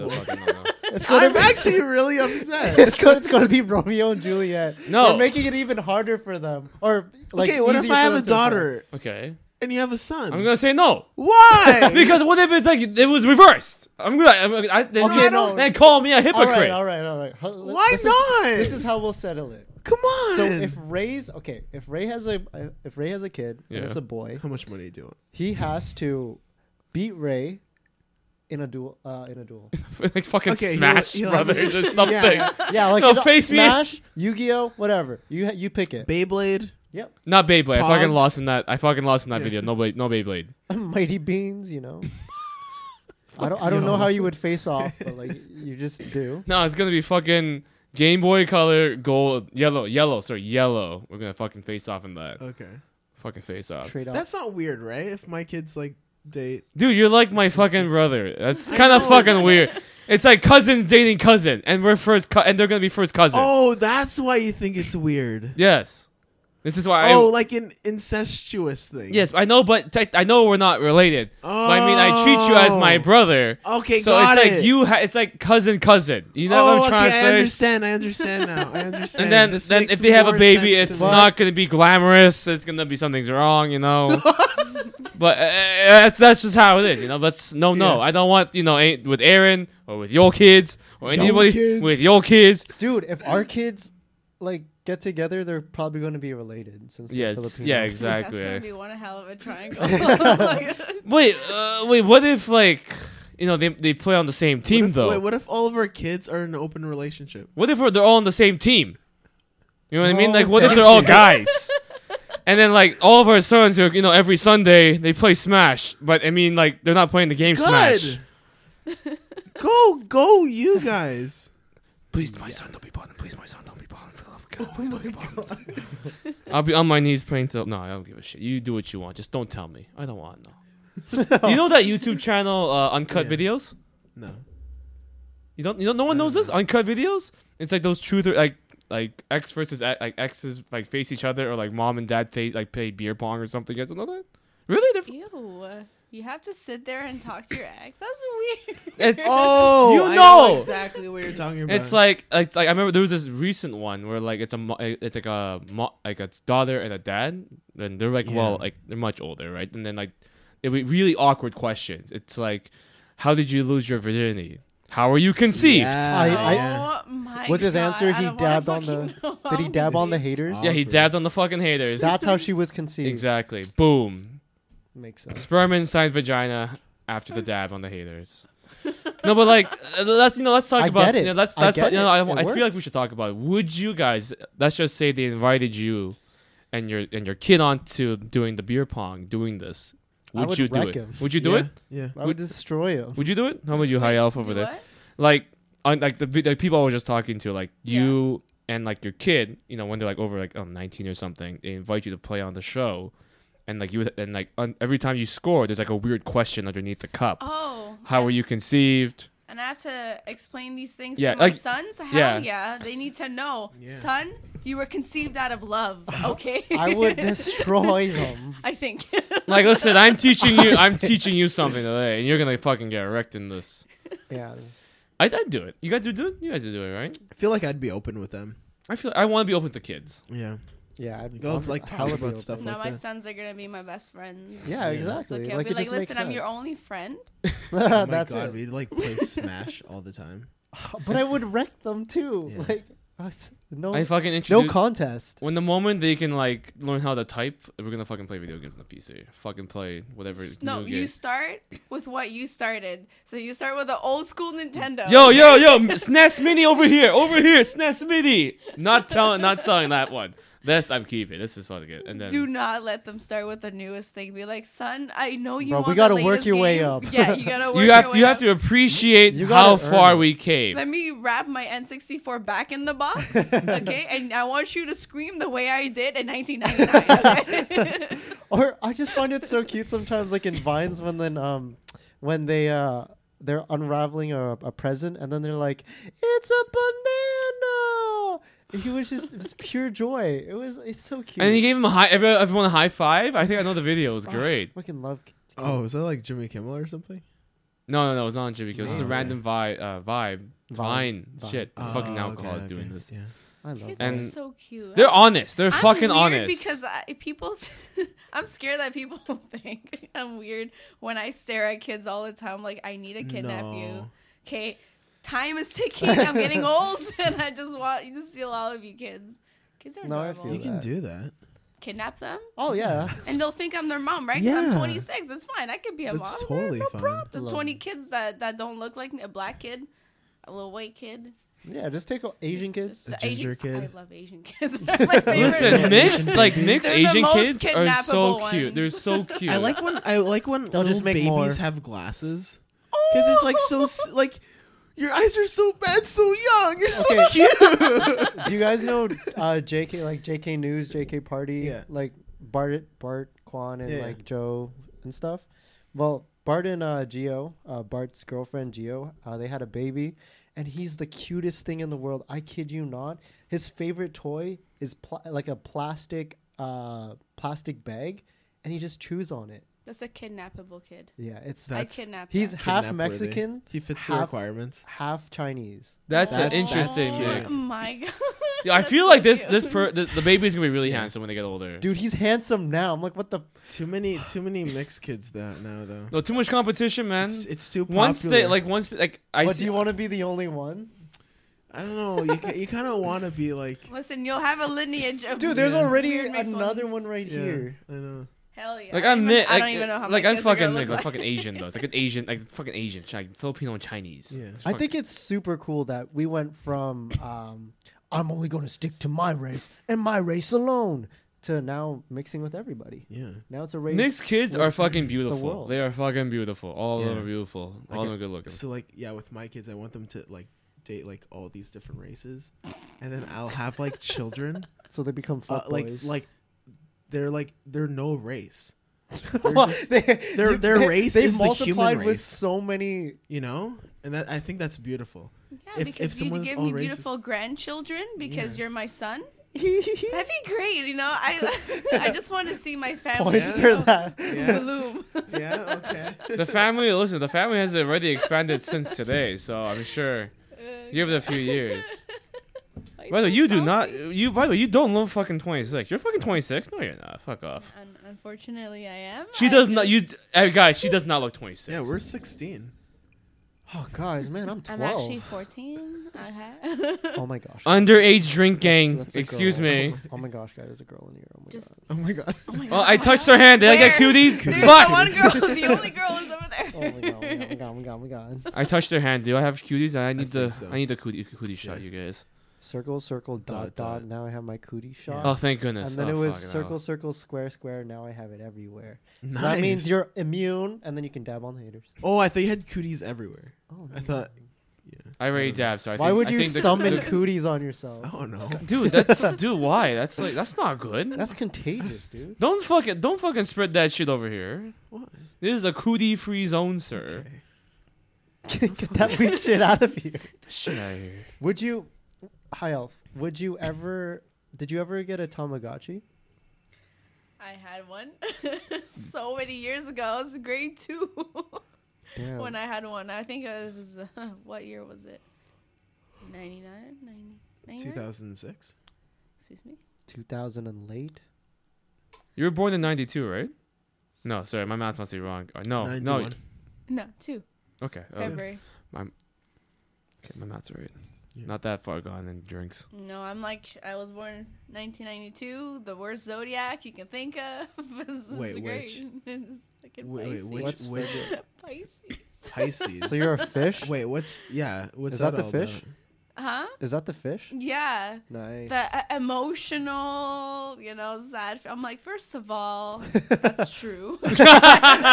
S1: Unbelievable.
S2: fucking no, no.
S3: It's going
S1: I'm
S3: to
S1: actually really upset.
S3: it's going, it's going to be Romeo and Juliet.
S2: No.
S3: They're making it even harder for them. Or like,
S1: okay, what if
S3: easier
S1: I
S3: for
S1: have a
S3: them to understand.
S1: daughter
S2: Okay,
S1: and you have a son?
S2: I'm gonna say no
S1: Why?
S2: because what if it's like it was reversed? I'm gonna. I'm, gonna- I, then,
S3: Okay,
S2: then,
S3: no.
S2: call me a
S3: All
S2: hypocrite.
S3: right, all right, all right. Huh, let-
S1: Why
S3: this is-
S1: not?
S3: this is how we'll settle it.
S1: Come on.
S3: So if Ray's okay, if Ray has a if Ray has a kid
S2: Yeah.
S3: and it's a boy,
S1: how much money do you want?
S3: he has to beat Ray in a duel. Uh, in a duel.
S2: like fucking
S1: Okay, he'll-
S2: Smash
S1: he'll have-
S2: Brothers or something.
S3: Yeah, like
S2: No,
S3: you know,
S2: face me.
S3: Smash, Yu-Gi-Oh, whatever. You ha- you pick it.
S1: Beyblade.
S3: Yep.
S2: Not Beyblade. I fucking
S1: Pogs.
S2: lost in that. I fucking lost in that
S1: Yeah.
S2: video. No, Bey- no Beyblade.
S3: Mighty Beans, you know. I don't I don't know
S1: Yo.
S3: how you would face off, but like you just do.
S2: No, it's gonna be fucking Game Boy Color, gold, yellow, yellow. Sorry, yellow. We're gonna fucking face off in that.
S1: Okay.
S2: fucking face off,
S3: Trade off.
S1: That's not weird, right? If my kids like date.
S2: dude. You're like my fucking brother. That's
S1: I
S2: kind of
S1: know.
S2: fucking weird. It's like cousins dating cousin, and we're first, co- and they're gonna be first cousins.
S1: Oh, that's why you think it's weird.
S2: Yes, this is why.
S1: oh,
S2: I,
S1: like an incestuous thing.
S2: yes, I know, but te- I know we're not related. But I mean, I treat you as my
S1: Oh.
S2: brother.
S1: Okay,
S2: so
S1: got
S2: it's
S1: it.
S2: like you. Ha- it's like cousin, cousin. You know
S1: oh,
S2: what I'm trying
S1: okay,
S2: to say?
S1: I understand. I understand now. I understand.
S2: And then,
S1: This
S2: then
S1: makes
S2: if they have a
S1: more
S2: baby,
S1: sense
S2: it's
S1: to me.
S2: not going to be glamorous. It's going to be something's wrong, you know. but uh, that's, that's just how it is, you know. That's no, no.
S1: Yeah.
S2: I don't want you know a- with Aaron or with your kids or
S1: Your
S2: anybody
S1: kids.
S2: with your kids.
S3: Dude, if our kids like get together, they're probably going to be related since they're
S2: Yes,
S3: Filipino.
S2: yeah,
S4: That's gonna
S2: exactly.
S4: be one hell of a triangle. Like,
S2: Wait, uh, wait. What if like you know they they play on the same team
S1: what if,
S2: though?
S1: Wait, what if all of our kids are in an open relationship?
S2: What if they're all on the same team? You know what I mean?
S3: Oh,
S2: Like, what if
S3: thank
S2: they're all
S3: you.
S2: guys? and then, like, all of our sons are, you know, every Sunday they play Smash, but I mean, like, they're not playing the game Smash.
S1: Good. go, go, you guys.
S2: Please, my son, don't be bottom. Please, my son, don't be bottom. For the love of God, please don't be bottom. I'll be on my knees praying to. No, I don't give a shit. You do what you want. Just don't tell me. I don't want no. you know that YouTube channel, uh, Uncut
S1: Yeah.
S2: Videos?
S1: No.
S2: You don't. You don't. No one knows this. Uncut videos. It's like those truth or like like X versus a- like exes like face each other or like mom and dad face like play beer pong or something. You guys don't know that? Really? They're-
S4: Ew. You have to sit there and talk to your ex. That's weird.
S2: It's
S1: Oh,
S2: You
S1: I
S2: know.
S1: exactly what you're talking about.
S2: it's like it's like I remember there was this recent one where like it's a mo- it's like a mo- like a daughter and a dad and they're like
S1: Yeah.
S2: well like they're much older right and then like it would be really awkward questions. It's like how did you lose your virginity? How were you conceived?
S3: I-
S4: oh my
S3: Was his
S4: God,
S3: answer
S4: I
S3: he
S4: don't wanna
S3: dabbed on the
S4: fucking know.
S3: Did he dab on the haters?
S2: Yeah, he
S1: Awkward.
S2: dabbed on the fucking haters.
S3: That's how she was conceived.
S2: exactly. Boom.
S3: Makes sense.
S2: sperm inside vagina after the dab on the haters. no, but like uh, let's you know let's talk
S3: I
S2: about
S3: get it.
S2: you know let's
S3: I
S2: that's
S3: get
S2: you know I,
S3: it. It
S2: I feel like we
S3: works.
S2: should talk about it. would you guys let's just say they invited you and your and your kid onto doing the beer pong, doing this,
S3: I
S2: would,
S3: would
S2: you do
S3: wreck
S2: it?
S3: him.
S2: Would you do
S1: yeah,
S2: it?
S1: Yeah.
S3: I would destroy him.
S2: Would you do it? How about you, high elf over
S4: Do
S2: there?
S4: what?
S2: Like, on, like the, vi- the people I was just talking to, like
S4: Yeah.
S2: you and like your kid. You know, when they're like over like oh, 19 or something, they invite you to play on the show, and like you would- and like on, every time you score, there's like a weird question underneath the cup.
S4: Oh.
S2: How were you conceived?
S4: And I have to explain these things
S2: Yeah,
S4: to my
S2: like-
S4: sons. Hell
S2: yeah.
S4: yeah. they need to know,
S1: Yeah.
S4: son, you were conceived out of love. Okay.
S3: I would destroy him.
S4: I think.
S2: Like, listen, I'm teaching you. I'm teaching you something today, and you're gonna fucking get wrecked in this.
S3: Yeah.
S2: I, I'd do it. You guys would do it. You guys would do it, right?
S1: I feel like I'd be open with them.
S2: I feel I want to be open to kids.
S1: Yeah.
S3: Yeah. I'd
S1: Go,
S3: love-
S1: like,
S3: I
S1: talk
S3: would be
S1: about
S3: open.
S1: stuff
S4: now
S1: like
S4: my
S1: that.
S4: sons are gonna be my best friends.
S1: Yeah.
S3: Yeah,
S4: It's
S3: exactly.
S4: okay. I'll
S3: Like,
S4: be
S3: it
S4: like,
S3: just
S4: listen,
S3: makes
S4: I'm your
S3: sense."
S4: only friend.
S1: Oh my
S3: Uh, That's
S1: god,
S3: it.
S1: we'd like play Smash all the time.
S3: But I would wreck them too.
S1: Yeah.
S3: Like I was- no,
S2: I fucking
S3: no
S2: introduce.
S3: contest.
S2: when the moment they can like learn how to type, we're gonna fucking play video games on the PC. Fucking play whatever.
S4: No,
S2: new
S4: you
S2: game.
S4: start with what you started. So you start with the old school Nintendo.
S2: Yo, yo, yo! M- SNES Mini over here, over here, SNES Mini. Not telling, not selling that one. This I'm keeping. This is fucking good. And then
S4: Do not let them start with the newest thing. Be like, son, I know you.
S3: Bro, we
S4: want
S3: gotta
S4: the
S3: work
S4: latest
S3: your way
S4: game."
S3: up.
S4: Yeah, you gotta work
S2: you have to,
S4: your way
S2: you have
S4: up.
S2: to appreciate
S3: You
S2: how
S3: gotta earn
S2: far
S3: it.
S2: we came.
S4: Let me wrap my N64 back in the box, okay? and I want you to scream the way I did in 1999. Okay?
S3: Or I just find it so cute sometimes, like in vines when then um when they uh they're unraveling a, a present and then they're like, it's a banana. He was just it was pure joy. It was it's so cute.
S2: and he gave him a high. every- Everyone a high five. I think I know the video. It was
S3: Oh,
S2: great.
S3: fucking love.
S1: Oh, is that like Jimmy Kimmel or something?
S2: No, no, no, it's not on Jimmy Kimmel. It's just a
S1: No.
S2: random vibe. Uh, vibe. Vine.
S3: Vine.
S2: Shit.
S1: Oh,
S2: fucking
S1: okay,
S2: alcohol is doing
S1: okay,
S2: this.
S1: Yeah.
S3: I love.
S4: Kids
S3: that.
S2: And-
S4: are so cute.
S2: They're honest. They're
S4: I'm
S2: fucking
S4: weird
S2: honest.
S4: Because I, people, I'm scared that people think I'm weird when I stare at kids all the time. Like I need to kidnap you.
S1: No.
S4: Okay, time is ticking. I'm getting old, and I just want you to steal all of you kids. Kids are
S3: No, I
S4: normal.
S3: feel
S1: You
S3: that.
S1: can do that.
S4: Kidnap them,
S3: Oh yeah.
S4: and they'll think I'm their mom, right? Because I'm
S1: Yeah.
S4: 26. It's fine. I could be a
S1: That's
S4: mom.
S1: totally fine.
S4: The
S3: Love
S4: 20
S3: it.
S4: kids that, that don't look like me, a black kid, a little white kid,
S3: Yeah, just take all Asian kids.
S4: just- just
S1: A
S4: the Asian,
S1: ginger kid.
S4: I love Asian kids. They're my favorite.
S2: Listen, mixed like mixed
S4: They're the
S2: Asian
S4: most
S2: kids are so
S4: kidnappable
S2: cute.
S4: ones.
S2: They're so cute.
S1: I like when I like when
S3: They'll
S1: little
S3: just make
S1: babies
S3: more.
S1: have glasses because it's like
S4: Oh!
S1: so s- like your eyes are so bad, so young. You're so
S3: Okay.
S1: cute.
S3: Do you guys know uh, JK like JK News, JK Party,
S1: Yeah.
S3: like Bart Bart Kwan and
S1: Yeah, yeah.
S3: like Joe and stuff? Well, Bart and uh, Geo, uh, Bart's girlfriend Geo, uh, they had a baby, and he's the cutest thing in the world. I kid you not. His favorite toy is pl- like a plastic uh, plastic bag, and he just chews on it.
S4: That's a kidnappable kid.
S3: Yeah, it's
S1: That-
S4: I
S1: That's-
S4: kidnapped
S3: he's
S4: them.
S3: half
S1: Kidnap worthy.
S3: Mexican,
S1: He fits the
S3: half-
S1: requirements.
S3: half Chinese.
S2: That's,
S1: That's-
S2: an interesting.
S1: that's
S2: yeah.
S1: cute.
S4: Oh my god.
S2: Yeah, I
S4: That's
S2: feel
S4: so
S2: like this
S4: cute.
S2: this per, the, the baby's gonna be really handsome when they get older.
S3: Dude, he's handsome now. I'm like, what the?
S1: Too many too many mixed kids that now though.
S2: No, too much competition, man.
S1: It's, it's too popular.
S2: once they like once they, like I
S3: What
S2: see,
S3: do you want to be the only one?
S1: I don't know. You, ca- you kind of want to be like
S4: Listen, you'll have a lineage of
S3: Dude, there's
S1: Yeah.
S3: already
S4: weird mixed
S3: another
S4: ones.
S3: one right
S1: yeah,
S3: here.
S1: I know.
S4: Hell yeah.
S2: like
S4: I
S2: I'm
S4: don't,
S2: mi-
S4: even, I
S2: like,
S4: don't even know how
S2: like
S4: my
S2: I'm
S4: kids are
S2: fucking
S4: gonna
S2: like,
S4: look
S2: like fucking Asian though. It's like an Asian like fucking Asian like Filipino and Chinese.
S1: Yeah.
S2: It's
S3: I
S2: fuck-
S3: think it's super cool that we went from um, I'm only going to stick to my race and my race alone to now mixing with everybody.
S1: Yeah.
S3: Now it's a race.
S2: Mixed kids
S3: with
S2: are fucking beautiful.
S3: world.
S2: They are fucking beautiful. All of them
S1: Yeah.
S2: are beautiful.
S1: Like
S2: All of
S1: a-
S2: them are good looking.
S1: So like yeah, with my kids, I want them to like date like all these different races, and then I'll have like children,
S3: so they become
S1: uh,
S3: fuckboys.
S1: like like they're like they're no race. They're
S3: Well,
S1: just-
S3: they,
S1: their-
S3: you-
S1: their
S3: they-
S1: race
S3: they
S1: is the human
S3: multiplied with
S1: race.
S3: so many.
S1: you know, and that I think that's beautiful.
S4: Yeah,
S1: if-
S4: because
S1: if
S4: you
S1: someone's
S4: give
S1: all
S4: me
S1: racist-
S4: beautiful grandchildren because
S1: Yeah.
S4: you're my son.
S3: Points
S4: That'd be great, you know. I I just want to see my family you
S3: for
S4: know,
S3: that.
S4: bloom.
S1: Yeah. Okay.
S2: the family, listen, the family has already expanded since today, so I'm sure. Give it a few years. By
S4: Why
S2: the
S4: so
S2: way, you do
S4: Uh, salty?
S2: not. You by the way, you don't look fucking 26. You're fucking 26. No, you're not. Fuck off.
S4: Un- unfortunately, I am.
S2: She
S4: I
S2: does not. You
S4: just-
S2: hey, guys, she does not look 26.
S1: yeah, we're 16.
S3: Oh, guys, man, I'm
S4: I'm
S3: 12.
S4: actually 14. Okay.
S3: oh my gosh.
S2: underage drinking.
S3: That's a
S2: Excuse
S3: girl.
S2: me.
S3: Oh my gosh, guys, there's a girl in here. Oh my
S4: Just-
S3: god. Oh my god.
S4: oh my
S2: Well, I touched her hand. Did I get
S4: Where?
S2: cuties?
S4: There's
S2: Fuck.
S4: the one girl. The only girl is over there.
S3: Oh my god, oh my god, oh my god, oh my god.
S2: I touched her hand. Do I have cuties? I
S1: think
S2: need the.
S1: so.
S2: I need the cootie, cootie shot,
S1: Yeah.
S2: you guys.
S3: circle, circle, dot,
S1: Dot,
S3: dot.
S1: dot.
S3: Now I have my cootie shot.
S2: Oh, thank goodness.
S3: and then
S2: Oh,
S3: it was
S2: fucking
S3: circle,
S2: hell.
S3: circle, square, square. Now I have it everywhere. So
S1: Nice.
S3: that means you're immune, and then you can dab on haters.
S1: Oh, I thought you had cooties everywhere.
S3: Oh,
S1: I thought. Yeah.
S2: I already dabbed, so I
S3: Why
S2: think,
S3: would
S2: I
S3: you
S2: think the- Oh.
S3: summon
S2: the-
S3: cooties on yourself?
S1: I don't know.
S2: dude? That's dude. Why? That's like that's not good.
S3: That's contagious, dude.
S2: don't fucking don't fucking spread that shit over here.
S1: What?
S2: This is a cootie free zone, sir.
S1: Okay.
S3: Get that weak shit out of here.
S2: This shit out here.
S3: Would you, Hi Elf? Would you ever? Did you ever get a Tamagotchi?
S4: I had one so many years ago. I was grade two
S3: Damn.
S4: when I had one. I think it was, uh, what year was it? 99? 90, 99?
S1: 2006.
S4: Excuse me?
S3: 2000 and late.
S2: You were born in '92, right? No, sorry, my math must be wrong. Uh,
S3: Oh,
S2: No, no.
S1: 91.
S4: No, two.
S2: Okay, oh, okay,
S4: February.
S2: my math's right.
S1: Yeah.
S2: Not that far gone in drinks.
S4: No, I'm like, I was born 1992, the worst zodiac you can think of. this
S1: Wait,
S4: is
S1: which?
S4: great. It's fucking
S1: Wait, wait,
S4: Pisces.
S1: which,
S3: What's-
S1: which
S4: Pisces.
S1: Pisces?
S3: So you're a fish.
S1: Wait, what's yeah? What's
S3: Is that the
S1: all
S3: fish?
S1: about?
S4: Huh?
S3: Is that the fish?
S4: Yeah.
S3: Nice.
S4: The uh, emotional, you know, sad. f- I'm like, first of all, that's true.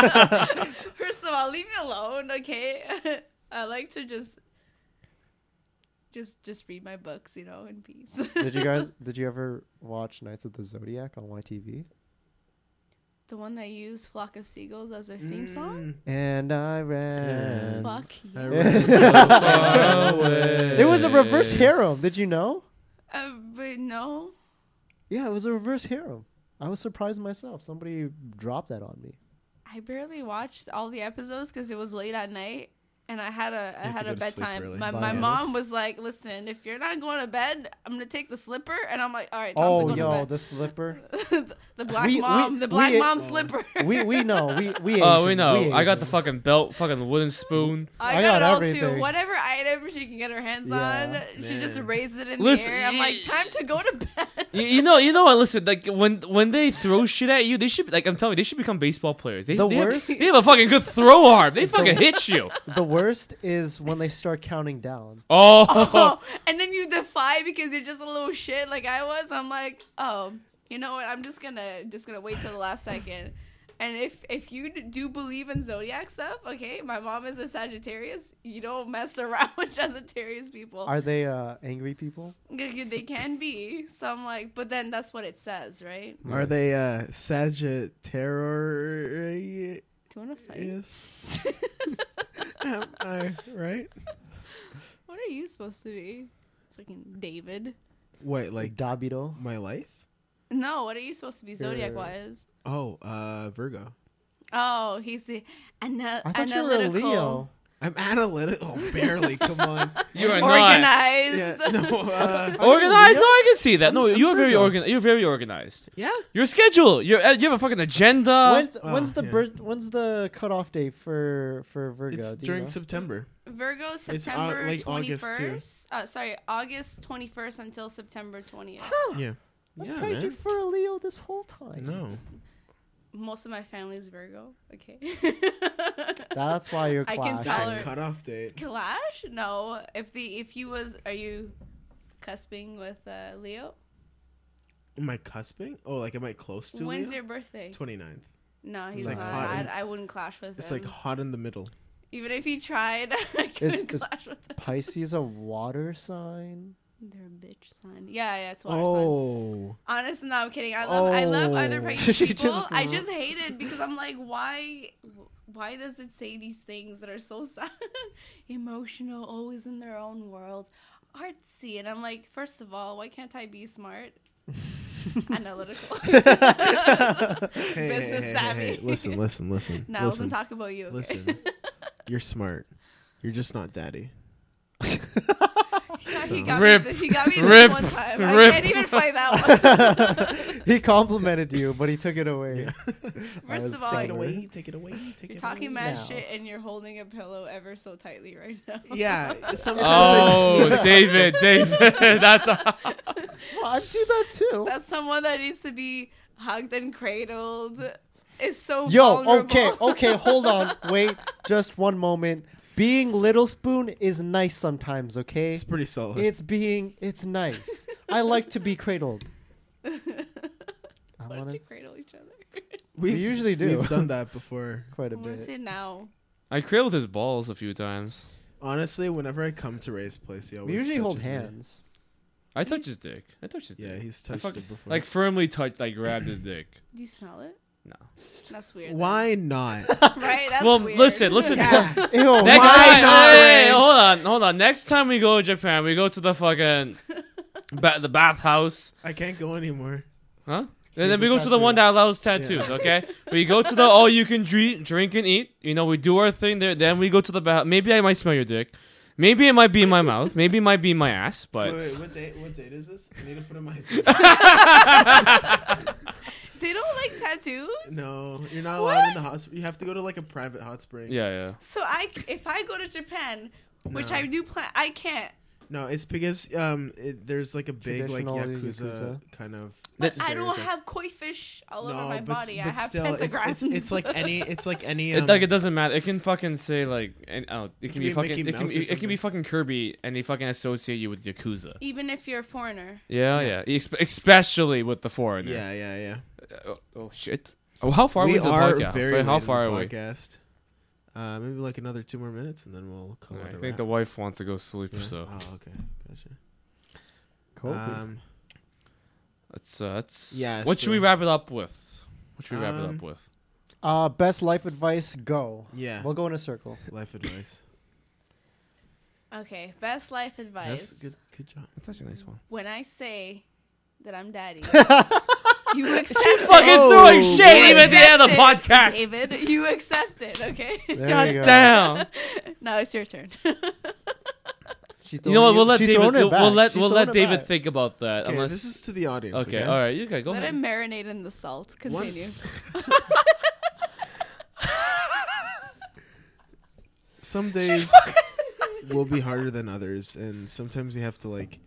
S4: first of all, leave me alone, okay? I like to just, just, just read my books, you know, in peace.
S3: did you guys? Did you ever watch Knights of the Zodiac on YTV?
S4: the one that used "Flock of Seagulls" as their theme song.
S1: Mm.
S3: And I ran.
S4: Fuck you.
S1: I
S4: Uh,
S1: read it.
S3: It was a reverse harem. Did you know?
S4: Uh, but no,
S3: Yeah, it was a reverse harem. I was surprised myself. Somebody dropped that on me.
S4: I barely watched all the episodes because it was late at night. And I had a I
S1: You have
S4: had
S1: to
S4: a
S1: go to sleep
S4: bedtime.
S1: early.
S4: My,
S3: Bye,
S4: my
S3: Alex.
S4: mom was like, "Listen, if you're not going to bed, I'm gonna take the slipper." And I'm like, "All right, time
S3: Oh,
S4: to go
S3: yo,
S4: to bed."
S3: the slipper.
S4: the, black
S3: We- we-
S4: mom, the black
S3: we-
S4: mom slipper.
S3: we we know. We we.
S2: Oh, we
S3: Asian,
S2: know. I got the
S3: Asian.
S2: fucking belt, fucking wooden spoon.
S4: I,
S3: I
S4: got,
S3: got
S4: it all
S3: everything.
S4: too. Whatever item she can get her hands
S3: Yeah.
S4: on, she just
S1: Man.
S4: raises it in
S2: Listen,
S4: the air. I'm like, time to go to bed.
S2: You, you know, you know what? Listen, like when when they throw shit at you, they should like I'm telling you, they should become baseball players. They,
S3: The
S2: they have-
S3: worst-
S2: they have a fucking good throw arm. They fucking hit you.
S3: The worst is when they start counting down.
S2: Oh,
S4: Oh, and then you defy because you're just a little shit like I was. I'm like, oh, you know what? I'm just gonna just gonna wait till the last second. And if if you d- do believe in zodiac stuff, okay, my mom is a Sagittarius. You don't mess around with Sagittarius people.
S3: Are they uh, angry people?
S4: they can be. So I'm like, but then that's what it says, right?
S1: Are they uh, Sagittarius?
S4: Do you want to fight?
S1: Am I right?
S4: What are you supposed to be? Fucking David.
S1: Wait,
S3: Like
S1: like
S3: Dabido?
S1: my life?
S4: No, what are you supposed to be zodiac wise?
S1: Oh, uh, Virgo.
S4: Oh, he's the ana-
S3: I thought you were a
S4: analytical,
S3: Leo.
S1: I'm analytical. Oh, barely. Come on.
S2: you are not
S4: organized.
S1: Yeah. No. Uh,
S2: organized. No, I can see that. No, you're very organized. You're very organized.
S1: yeah.
S2: Your schedule. You're, uh, you have a fucking agenda.
S3: when's
S1: oh,
S3: when's the
S1: yeah.
S3: bir- when's the cutoff date for for Virgo?
S1: It's
S3: Do you
S1: during
S3: know?
S1: September.
S4: Virgo
S1: au-
S4: September
S1: like
S4: twenty
S1: August, too.
S4: first. Uh, sorry, August twenty first until September twentieth.
S1: Yeah.
S3: I
S1: Yeah,
S3: pegged you
S1: man.
S3: for a Leo this whole time.
S1: No.
S4: Most of my family's Virgo. Okay.
S3: That's why you're
S4: I
S3: clashing.
S4: can tell her-
S1: Cutoff date.
S4: Clash? No. If the if you was are you cusping with uh, Leo?
S1: Am I cusping? Oh, like am I close to
S4: When's
S1: Leo?
S4: your birthday?
S1: 29th.
S4: No, he's
S1: like
S4: not.
S1: hot
S4: I,
S1: and-
S4: I wouldn't clash with
S1: It's
S4: him.
S1: like hot in the middle.
S4: Even if he tried, I couldn't
S3: is-
S4: clash with him.
S3: Pisces a water sign.
S4: They're a bitch sign. Yeah, yeah, it's water sign.
S1: Oh.
S4: Honestly, no, I'm kidding. I love, I love other
S3: Oh.
S4: Pisces
S3: She
S4: people.
S3: just-
S4: I just hate it because I'm like, why, why does it say these things that are so sad, emotional, always in their own world, artsy? And I'm like, first of all, why can't I be smart, analytical,
S1: Hey, hey,
S4: business
S1: hey, hey,
S4: savvy?
S1: hey, Listen, listen, listen.
S4: No, I
S1: listen.
S4: wasn't talking about you. okay?
S1: Listen. You're smart. You're just not daddy.
S4: God, he, got
S2: Rip.
S4: me this, he got me this
S2: Rip.
S4: one time. I
S2: Rip.
S4: can't even fight that one.
S3: he complimented you, but he took it away.
S4: First
S3: was
S4: of all,
S3: taken
S4: you're
S3: away.
S1: Take it away. Take
S4: talking mad
S3: now.
S4: shit and you're holding a pillow ever so tightly right now.
S1: Yeah. Sometimes I
S2: Oh,
S1: just
S2: David, David, that's a,
S3: Well, I do that too.
S4: That's someone that needs to be hugged and cradled. Is so
S3: Yo,
S4: vulnerable.
S3: okay, okay, hold on, wait, just one moment. being little spoon is nice sometimes, okay?
S1: It's pretty solid.
S3: It's being it's nice. I like to be cradled. I
S4: Why don't
S3: want
S4: you
S3: to
S4: cradle each other?
S3: we usually do.
S1: We've done that before.
S3: quite a
S4: I'm gonna
S3: bit.
S4: say now.
S2: I cradled his balls a few times.
S1: Honestly, whenever I come to Ray's place, he always
S3: We usually hold
S1: touches me.
S3: hands.
S2: I touched his dick. I touched his
S1: Yeah,
S2: dick.
S1: he's
S2: I
S1: touched
S2: fuck-
S1: it before.
S2: Like firmly touched, like grabbed his dick.
S4: Do you smell it?
S2: No.
S4: That's weird. then.
S1: why not?
S4: Right? That's
S2: well,
S4: weird.
S2: listen, listen.
S3: Ew,
S2: Next
S1: Why
S2: time,
S1: not,
S4: uh,
S2: hey,
S1: Ray?
S2: hold on, hold on. Next time we go to Japan, we go to the fucking ba- the bathhouse,
S1: I can't go anymore.
S2: huh?
S3: Here's
S2: And then we
S3: a
S2: go to the
S3: tattoo.
S2: one that allows tattoos. Okay, we go to the all you can drink, drink and eat. You know, we do our thing there. Then we go to the bath. Maybe I might smell your dick. Maybe it might be in my mouth. Maybe it might be in my ass. But
S1: Wait, wait, what date? What date is this? I need to put in my.
S4: They don't like tattoos?
S1: no, you're not allowed in the hot. You have to go to like a private hot spring.
S2: yeah, yeah.
S4: So I, if I go to Japan, which
S1: No.
S4: I do plan, I can't.
S1: No, it's because um, it, there's like a big like
S3: Traditional
S1: yakuza,
S3: Yakuza.
S1: kind of.
S4: But I don't
S1: stereotype.
S4: have koi fish all over
S1: No,
S4: my
S1: but,
S4: body. I
S1: but
S4: have
S1: still, it's,
S4: pentagrams.
S1: it's, it's like any. It's like any. Um,
S2: It, like it doesn't matter. It can fucking say like, and, oh, it, can,
S1: can
S2: be,
S1: be
S2: fucking,
S1: Mickey
S2: it can,
S1: Mouse or
S2: be- it can be
S1: something.
S2: fucking Kirby, and they fucking associate you with Yakuza.
S4: Even if you're a foreigner.
S2: Yeah, yeah. Espe- Especially with the foreigner.
S1: yeah, yeah, yeah.
S2: Oh, oh, shit. Oh, how far
S1: we
S2: are we to the
S1: are
S2: podcast?
S1: very
S2: how far are
S1: away.
S2: we?
S1: podcast. Uh, maybe like another two more minutes, and then we'll call
S2: I
S1: it. a
S2: think the
S1: wrap.
S2: wife wants to go sleep,
S1: Yeah?
S2: so
S1: Oh, okay, gotcha.
S3: Cool.
S1: Um,
S2: that's uh, that's.
S1: Yeah,
S2: What should we
S1: so-
S2: wrap it up with? What should we wrap it
S1: Um,
S2: up with?
S3: uh, best life advice go.
S1: yeah,
S3: We'll go in a circle.
S1: life advice.
S4: Okay, best life advice.
S1: That's good. Good job.
S2: That's actually a nice one.
S4: When I say that I'm daddy, you accept it.
S2: Fucking
S1: Oh,
S2: throwing
S4: You
S2: shade even at the end of the
S4: accept
S2: podcast.
S4: it, David, you accept it, okay?
S3: There
S2: God
S3: we go.
S2: damn!
S4: now it's your turn.
S2: Oh
S3: She's
S2: You know what?
S3: throwing
S2: We'll
S3: it-
S2: let
S3: she's
S2: David.
S3: throwing it
S2: do- We'll
S3: back.
S2: let
S3: She's
S2: we'll let
S3: throwing it
S2: David
S3: back.
S2: think about that.
S1: Okay,
S2: unless
S1: this is to the audience.
S2: okay,
S1: Okay,
S2: all right, you guys go
S4: Let
S2: ahead.
S4: it marinate in the salt.
S1: One-
S4: Continue.
S1: Some days will be harder than others, and sometimes you have to like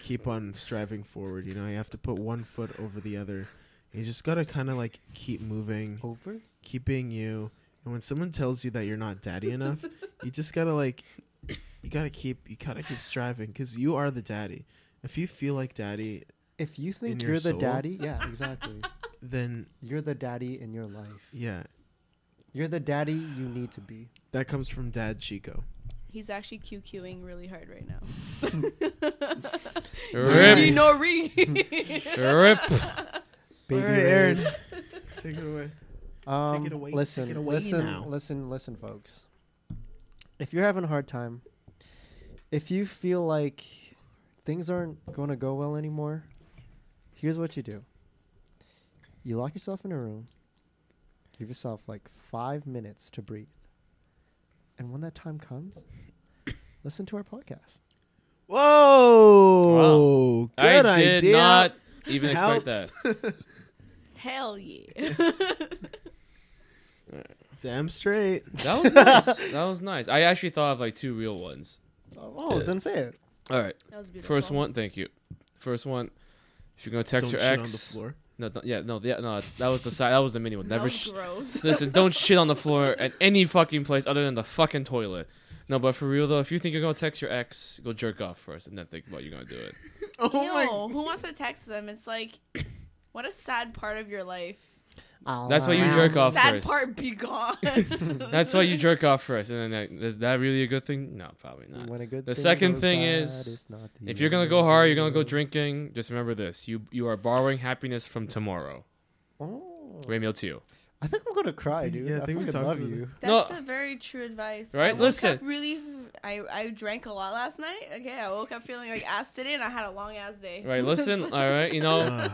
S1: keep on striving forward. You know, you have to put one foot over the other. You just gotta kind of like keep moving,
S3: Over.
S1: keep being you. And when someone tells you that you're not daddy enough, you just gotta like, you gotta keep, you gotta keep striving because you are the daddy. If you feel like daddy,
S3: If you think
S1: In your
S3: you're the
S1: soul?
S3: daddy, yeah, exactly.
S1: then
S3: You're the daddy in your life.
S1: yeah,
S3: You're the daddy you need to be.
S1: that comes from Dad Chico.
S4: He's actually QQing really hard right now.
S2: Rip.
S4: Gigi Nori.
S2: Rip.
S3: Baby
S1: All right,
S3: Ray.
S1: Aaron, take it away.
S3: Um,
S1: it away-
S3: Listen,
S1: take it away
S3: listen,
S1: now.
S3: listen, listen, folks. If you're having a hard time, if you feel like things aren't going to go well anymore, here's what you do. You lock yourself in a room. Give yourself like five minutes to breathe. And when that time comes, listen to our podcast.
S1: Whoa! Good
S2: I did
S1: idea.
S2: not even expect
S1: Helps.
S2: that.
S4: Hell yeah.
S1: Damn straight.
S2: That was nice. That was nice. I actually thought of like two real ones.
S3: Oh, then say it.
S2: All right.
S4: That was beautiful.
S2: First one, thank you. First one, if you're gonna text
S1: Don't
S2: your
S1: shit
S2: ex,
S1: on the floor.
S2: no, no, yeah, no, yeah, no, it's, that was the side, that was the mini one.
S4: That
S2: Never,
S4: was
S2: sh-
S4: gross.
S2: listen, don't shit on the floor at any fucking place other than the fucking toilet. No, but for real though, if you think you're gonna text your ex, go jerk off first, and then think about you're gonna do it.
S1: Oh
S4: Yo, who wants to text them? It's like, what a sad part of your life.
S2: That's why you
S5: Wow.
S2: jerk off
S4: sad
S2: first.
S4: part be gone. Oh,
S2: That's why you jerk off first, and then that, is that really a good thing? No, probably not.
S3: When a good
S2: The second
S3: goes
S2: thing
S3: bad,
S2: is,
S3: it's not the
S2: If you're gonna
S3: end
S2: go
S3: of
S2: hard,
S3: the
S2: you're gonna go
S3: world.
S2: drinking. Just remember this: you you are borrowing happiness from tomorrow.
S3: Oh.
S2: Ray meal to you.
S3: I think I'm gonna cry, dude.
S1: Yeah, I
S3: I,
S1: think we
S3: fucking
S1: talked
S3: love
S1: about
S3: you.
S4: That's
S2: No.
S4: a very true advice.
S2: Right?
S4: I woke
S2: Listen.
S4: Up really, I I drank a lot last night. Okay, I woke up feeling like ass today, and I had a long ass day.
S2: Right, listen, all right, you know,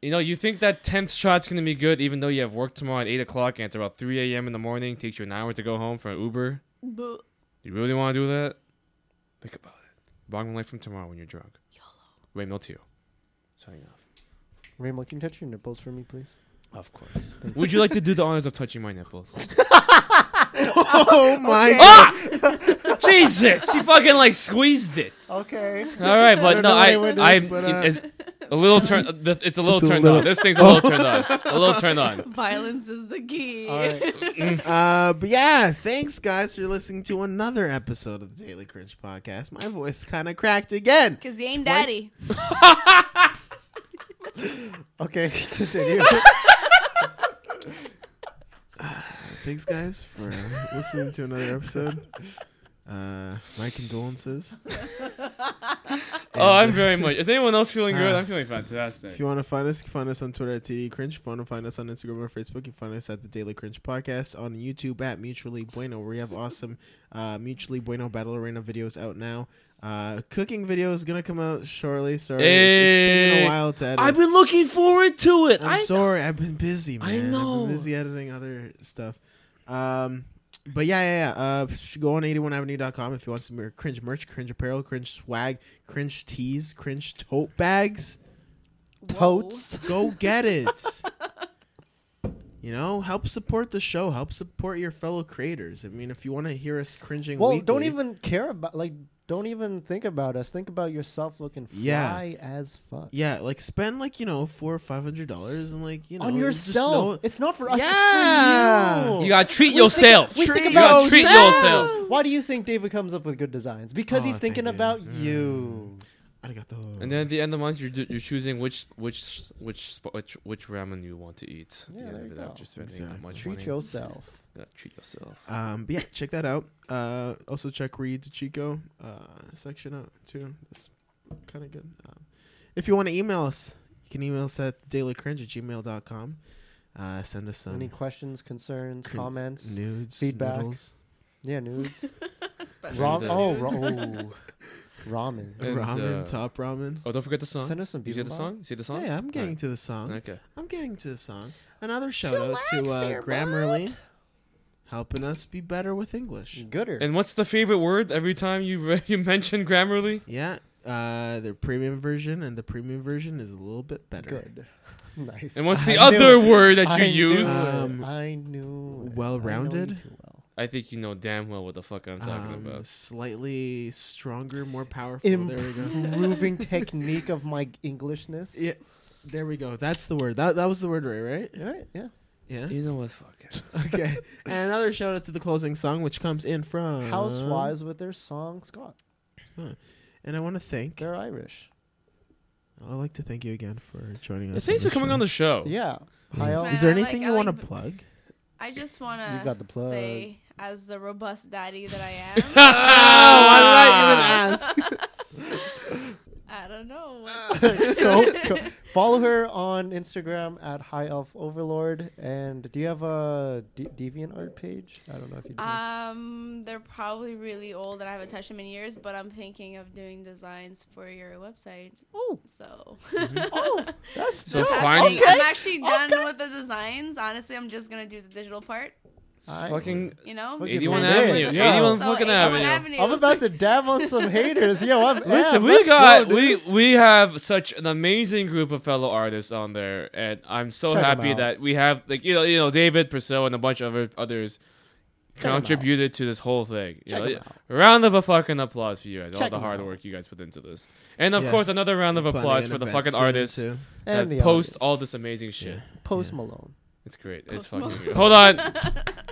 S2: you know, you think that tenth shot's gonna be good, even though you have work tomorrow at eight o'clock and it's about three a.m. in the morning. Takes you an hour to go home for an Uber.
S4: Buh.
S2: You really want to do that? Think about it. Bottom life from tomorrow when you're drunk. Ray meal to you. Signing off.
S3: Rainbow, can you touch your nipples for me, please?
S2: Of course. Would you like to do the honors of touching my nipples?
S1: Oh my
S2: ah! Jesus! She fucking like squeezed it.
S3: Okay.
S2: All right, but
S3: don't
S2: no,
S3: know why
S2: I,
S3: we're doing
S2: I,
S1: this, but, uh,
S2: as, A little turn. uh, th- It's a little
S6: It's a
S2: turned
S6: little-
S2: on. This thing's a little turned on. A little turned on.
S4: Violence is the key.
S3: All right.
S1: Uh, but yeah, thanks guys for listening to another episode of the Daily Cringe Podcast. My voice kind of cracked again.
S4: Cause you ain't
S1: Twice-
S4: daddy.
S3: Okay, continue.
S1: Thanks guys for listening to another episode. Uh, my condolences.
S2: Oh, I'm very much. Is anyone else feeling good?
S1: Ah.
S2: I'm feeling fantastic.
S1: If you want to find us, you can find us on Twitter at TD Cringe. If you want to find us on Instagram or Facebook, you can find us at the Daily Cringe Podcast on YouTube at Mutually Bueno, where we have awesome uh, Mutually Bueno Battle Arena videos out now. Uh, cooking video is gonna come out shortly. Sorry, it's, it's taking
S2: Hey.
S1: a while to edit.
S2: I've been looking forward to it.
S1: I'm
S2: I-
S1: sorry, I've been busy, man.
S2: I know.
S1: I've been busy editing other stuff. Um, but yeah, yeah, yeah. Uh, go on 81avenue.com if you want some mer- cringe merch, cringe apparel, cringe swag, cringe tees, cringe tote bags.
S3: Totes.
S1: Go get it. you know, help support the show. Help support your fellow creators. I mean, if you want to hear us cringing,
S3: Well, don't
S1: weekly-
S3: even care about like. Don't even think about us. Think about yourself looking fly
S1: Yeah.
S3: as fuck.
S1: Yeah, like spend like you know four or five hundred dollars and like you know
S3: On
S1: just
S3: yourself.
S1: know-
S3: It's not for us.
S1: Yeah.
S3: It's for you.
S2: you gotta treat yourself.
S3: we
S1: Treat
S3: think
S2: you gotta
S3: about
S2: treat yourself.
S3: Why do you think David comes up with good designs? Because
S1: Oh,
S3: he's thinking
S1: thank you.
S3: about you.
S1: Arigato.
S2: And then at the end of the month, you're, do- you're choosing which which which sp- which which ramen you want to eat. at
S3: Yeah,
S2: the end
S3: there
S2: of
S3: you
S2: it
S3: go.
S2: after spending
S1: Exactly.
S2: that much
S3: Treat
S2: money.
S3: yourself.
S2: Yeah, treat yourself.
S1: Um, but yeah, check that out. Uh, also check Reed to Chico uh, section out too. That's kind of good. Um, if you want to email us, you can email us at dailycringe at gmail.com. Uh, send us some
S3: Any questions, concerns,
S1: crin-
S3: comments?
S1: nudes,
S3: feedback?
S1: noodles,
S3: Yeah, nudes.
S4: Especially
S3: Ram-
S2: the-
S3: oh,
S4: news.
S3: ra- oh. ramen.
S2: And,
S1: ramen,
S2: uh, Uh-huh.
S1: top ramen.
S2: Oh, don't forget the song.
S3: Send us some
S2: you see the
S3: bibimbap.
S2: song? You see the song?
S1: Yeah, I'm getting
S2: Alright.
S1: to the song.
S2: Okay.
S1: I'm getting to the song. Another shout out to uh, Grammarly, helping us be better with English.
S2: Mm.
S3: Gooder.
S2: And what's the favorite word every time you re- you mention Grammarly?
S1: Yeah, uh, their premium version and the premium version is a little bit better.
S3: Good. nice.
S2: And what's
S3: I
S2: the
S3: knew
S2: other
S3: it.
S2: word that you
S3: I knew
S2: use?
S3: it.
S1: Um,
S3: I knew. it.
S1: well-rounded?
S3: I know you too well.
S2: I think you know damn well what the fuck I'm talking
S1: um,
S2: about.
S1: Slightly stronger, more powerful. There we go.
S3: Improving technique of my Englishness.
S1: Yeah, there we go. That's the word. That that was the word, right? Right?
S3: All right. Yeah.
S1: Yeah.
S2: You know what? Fuck it.
S1: Okay. and another shout out to the closing song, which comes in from
S3: Housewives with their song Scott.
S1: And I want to thank.
S3: They're Irish.
S1: I'd like to thank you again for joining us.
S2: Thanks for coming on the show.
S1: Oh.
S3: Yeah. Hi,
S1: show.
S3: all.
S4: Thanks,
S1: Is there
S4: I like-
S1: anything
S4: I
S1: you
S4: like-
S1: want to plug?
S4: I just wanna
S3: You got the plug.
S4: say, as the robust daddy that I am,
S2: Ah,
S1: Oh, why did I even ask?
S4: I don't know. What
S3: Go- go. Follow her on Instagram at High Elf Overlord. And do you have a de- deviant art page? I don't know if you do.
S4: Um, they're probably really old, and I haven't touched them in years. But I'm thinking of doing designs for your website.
S3: oh,
S4: So,
S2: Mm-hmm.
S3: that's
S2: So
S3: dope.
S2: find
S4: Like, I'm actually done with the designs. Honestly, I'm just gonna do the digital part.
S3: I-
S2: fucking
S4: You know,
S3: Fucking
S2: 81
S3: send it.
S2: Avenue.
S3: Yeah.
S2: 81
S4: So,
S2: fucking
S4: 81
S2: Avenue.
S3: I'm about to dab on some haters. Yo, I'm
S2: Listen,
S3: Ab.
S2: we
S3: Let's
S2: got
S3: go, dude.
S2: we we have such an amazing group of fellow artists on there, and I'm so
S3: Check 'em
S2: happy
S3: out.
S2: that we have like you know you know David Purcell and a bunch of other, others
S3: Check 'em out.
S2: contributed to this whole thing. You
S3: Check
S2: know,
S3: 'em
S2: yeah. round of a fucking applause for you guys, all
S3: Check
S2: the
S3: 'em
S2: hard
S3: out.
S2: work you guys put into this, and of
S1: Yeah.
S2: course another round of
S1: Planning
S2: applause
S1: an
S2: for the
S1: event
S2: fucking
S1: soon,
S2: artists
S1: too.
S2: that
S3: and the
S2: post
S3: audience.
S2: all this amazing shit.
S1: Yeah.
S3: post Malone.
S2: It's great. it's
S4: Post
S2: fucking
S4: Malone.
S2: great. Hold on,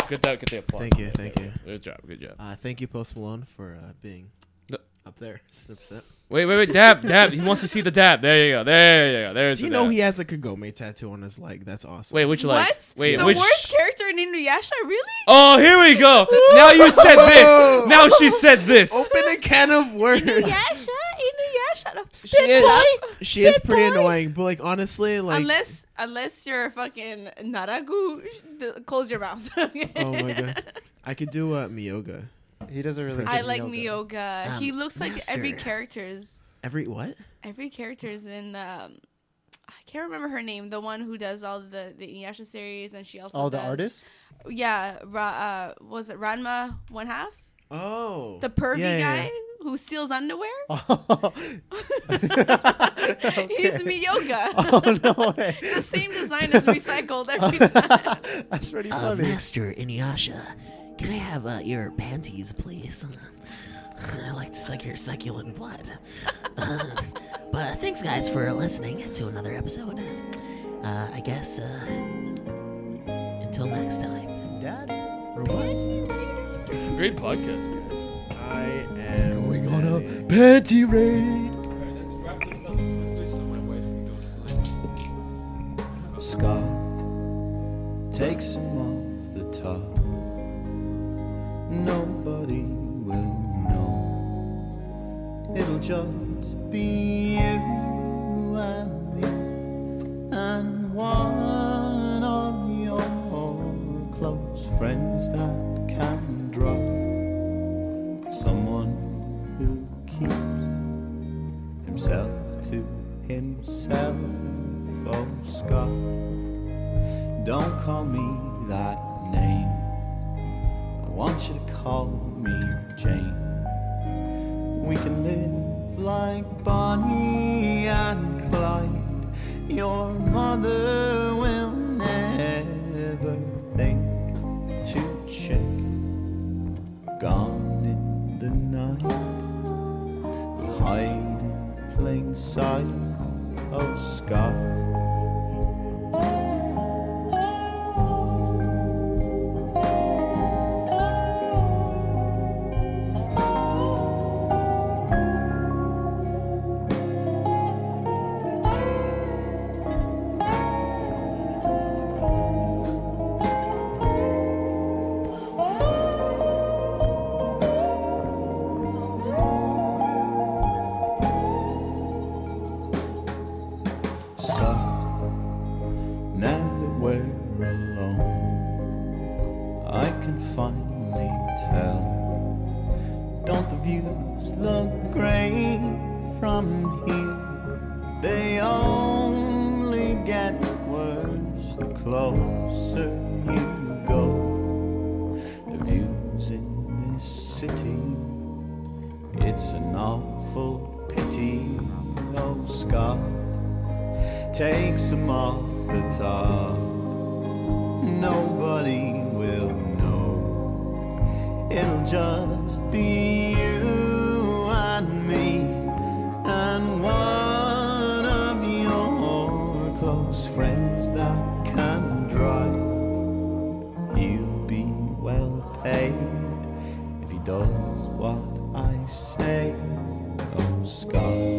S2: get that get the applause.
S1: Thank you, thank you.
S2: Good job, good job.
S1: Uh, thank you, Post Malone, for uh, being
S2: No.
S1: up there. Snip, snip.
S2: Wait, wait, wait, dab, dab. He wants to see the dab. There you go. There you go. There's
S1: Do you
S2: the
S1: know
S2: dab.
S1: he has a Kagome tattoo on his leg? That's awesome.
S2: Wait, which leg?
S4: What?
S2: Wait,
S4: the
S2: which?
S4: worst character in Inuyasha? Really?
S2: Oh, here we go. Now you said
S1: Whoa. Oh.
S2: this. Now she said this.
S1: Open a can of worms.
S4: Inuyasha, Inuyasha. I'm
S1: She is, she is pretty annoying, but like honestly, like
S4: unless unless you're fucking Naragu, sh- d- close your mouth.
S1: oh my god, I could do uh, Miyoga.
S3: He doesn't really.
S4: I
S3: get
S4: like
S3: Miyoga.
S4: Miyoga.
S1: Um,
S4: he looks like every
S1: master.
S4: character's
S1: Every what?
S4: every character's in the. Um, I can't remember her name. The one who does all the the Inuyasha series, and she also
S3: All the
S4: does-
S3: artists.
S4: Yeah, Ra, uh, was it Ranma one half?
S1: Oh,
S4: The pervy
S1: Yeah, yeah,
S4: guy
S1: yeah.
S4: who steals underwear.
S3: Okay.
S4: He's Miyoga.
S3: Oh no way.
S4: the same design is recycled every time.
S3: That's pretty
S4: Um,
S7: Uh,
S3: funny.
S7: Master Inuyasha, can I have uh, your panties, please? I like to suck your succulent blood. Uh, But thanks, guys, for listening to another episode. Uh, I guess uh, until next time.
S3: Dad.
S7: Robust.
S2: Great podcast, guys.
S1: I am.
S3: Going on a
S1: Daddy.
S3: panty raid.
S2: let's wrap this up quickly so my wife can go sleep.
S6: Scott takes him off the top. Nobody will know. It'll just be you and me and one of your close friends that can draw someone who keeps himself to himself. Oh, Scott. Don't call me that name. I want you to call me Jane. We can live like Bonnie and Clyde. Your mother will never think to check. Gone in the night, hide in plain sight. Oh, Scott. Stop now that we're alone. I can finally tell. Don't the views look great from here? They only get worse the closer you go. The views in this city, it's an awful pity. Oh, Scott takes him off the top. Nobody will know. It'll just be you and me and one of your close friends that can drive. He'll be well paid if he does what I say. Oh, Scott.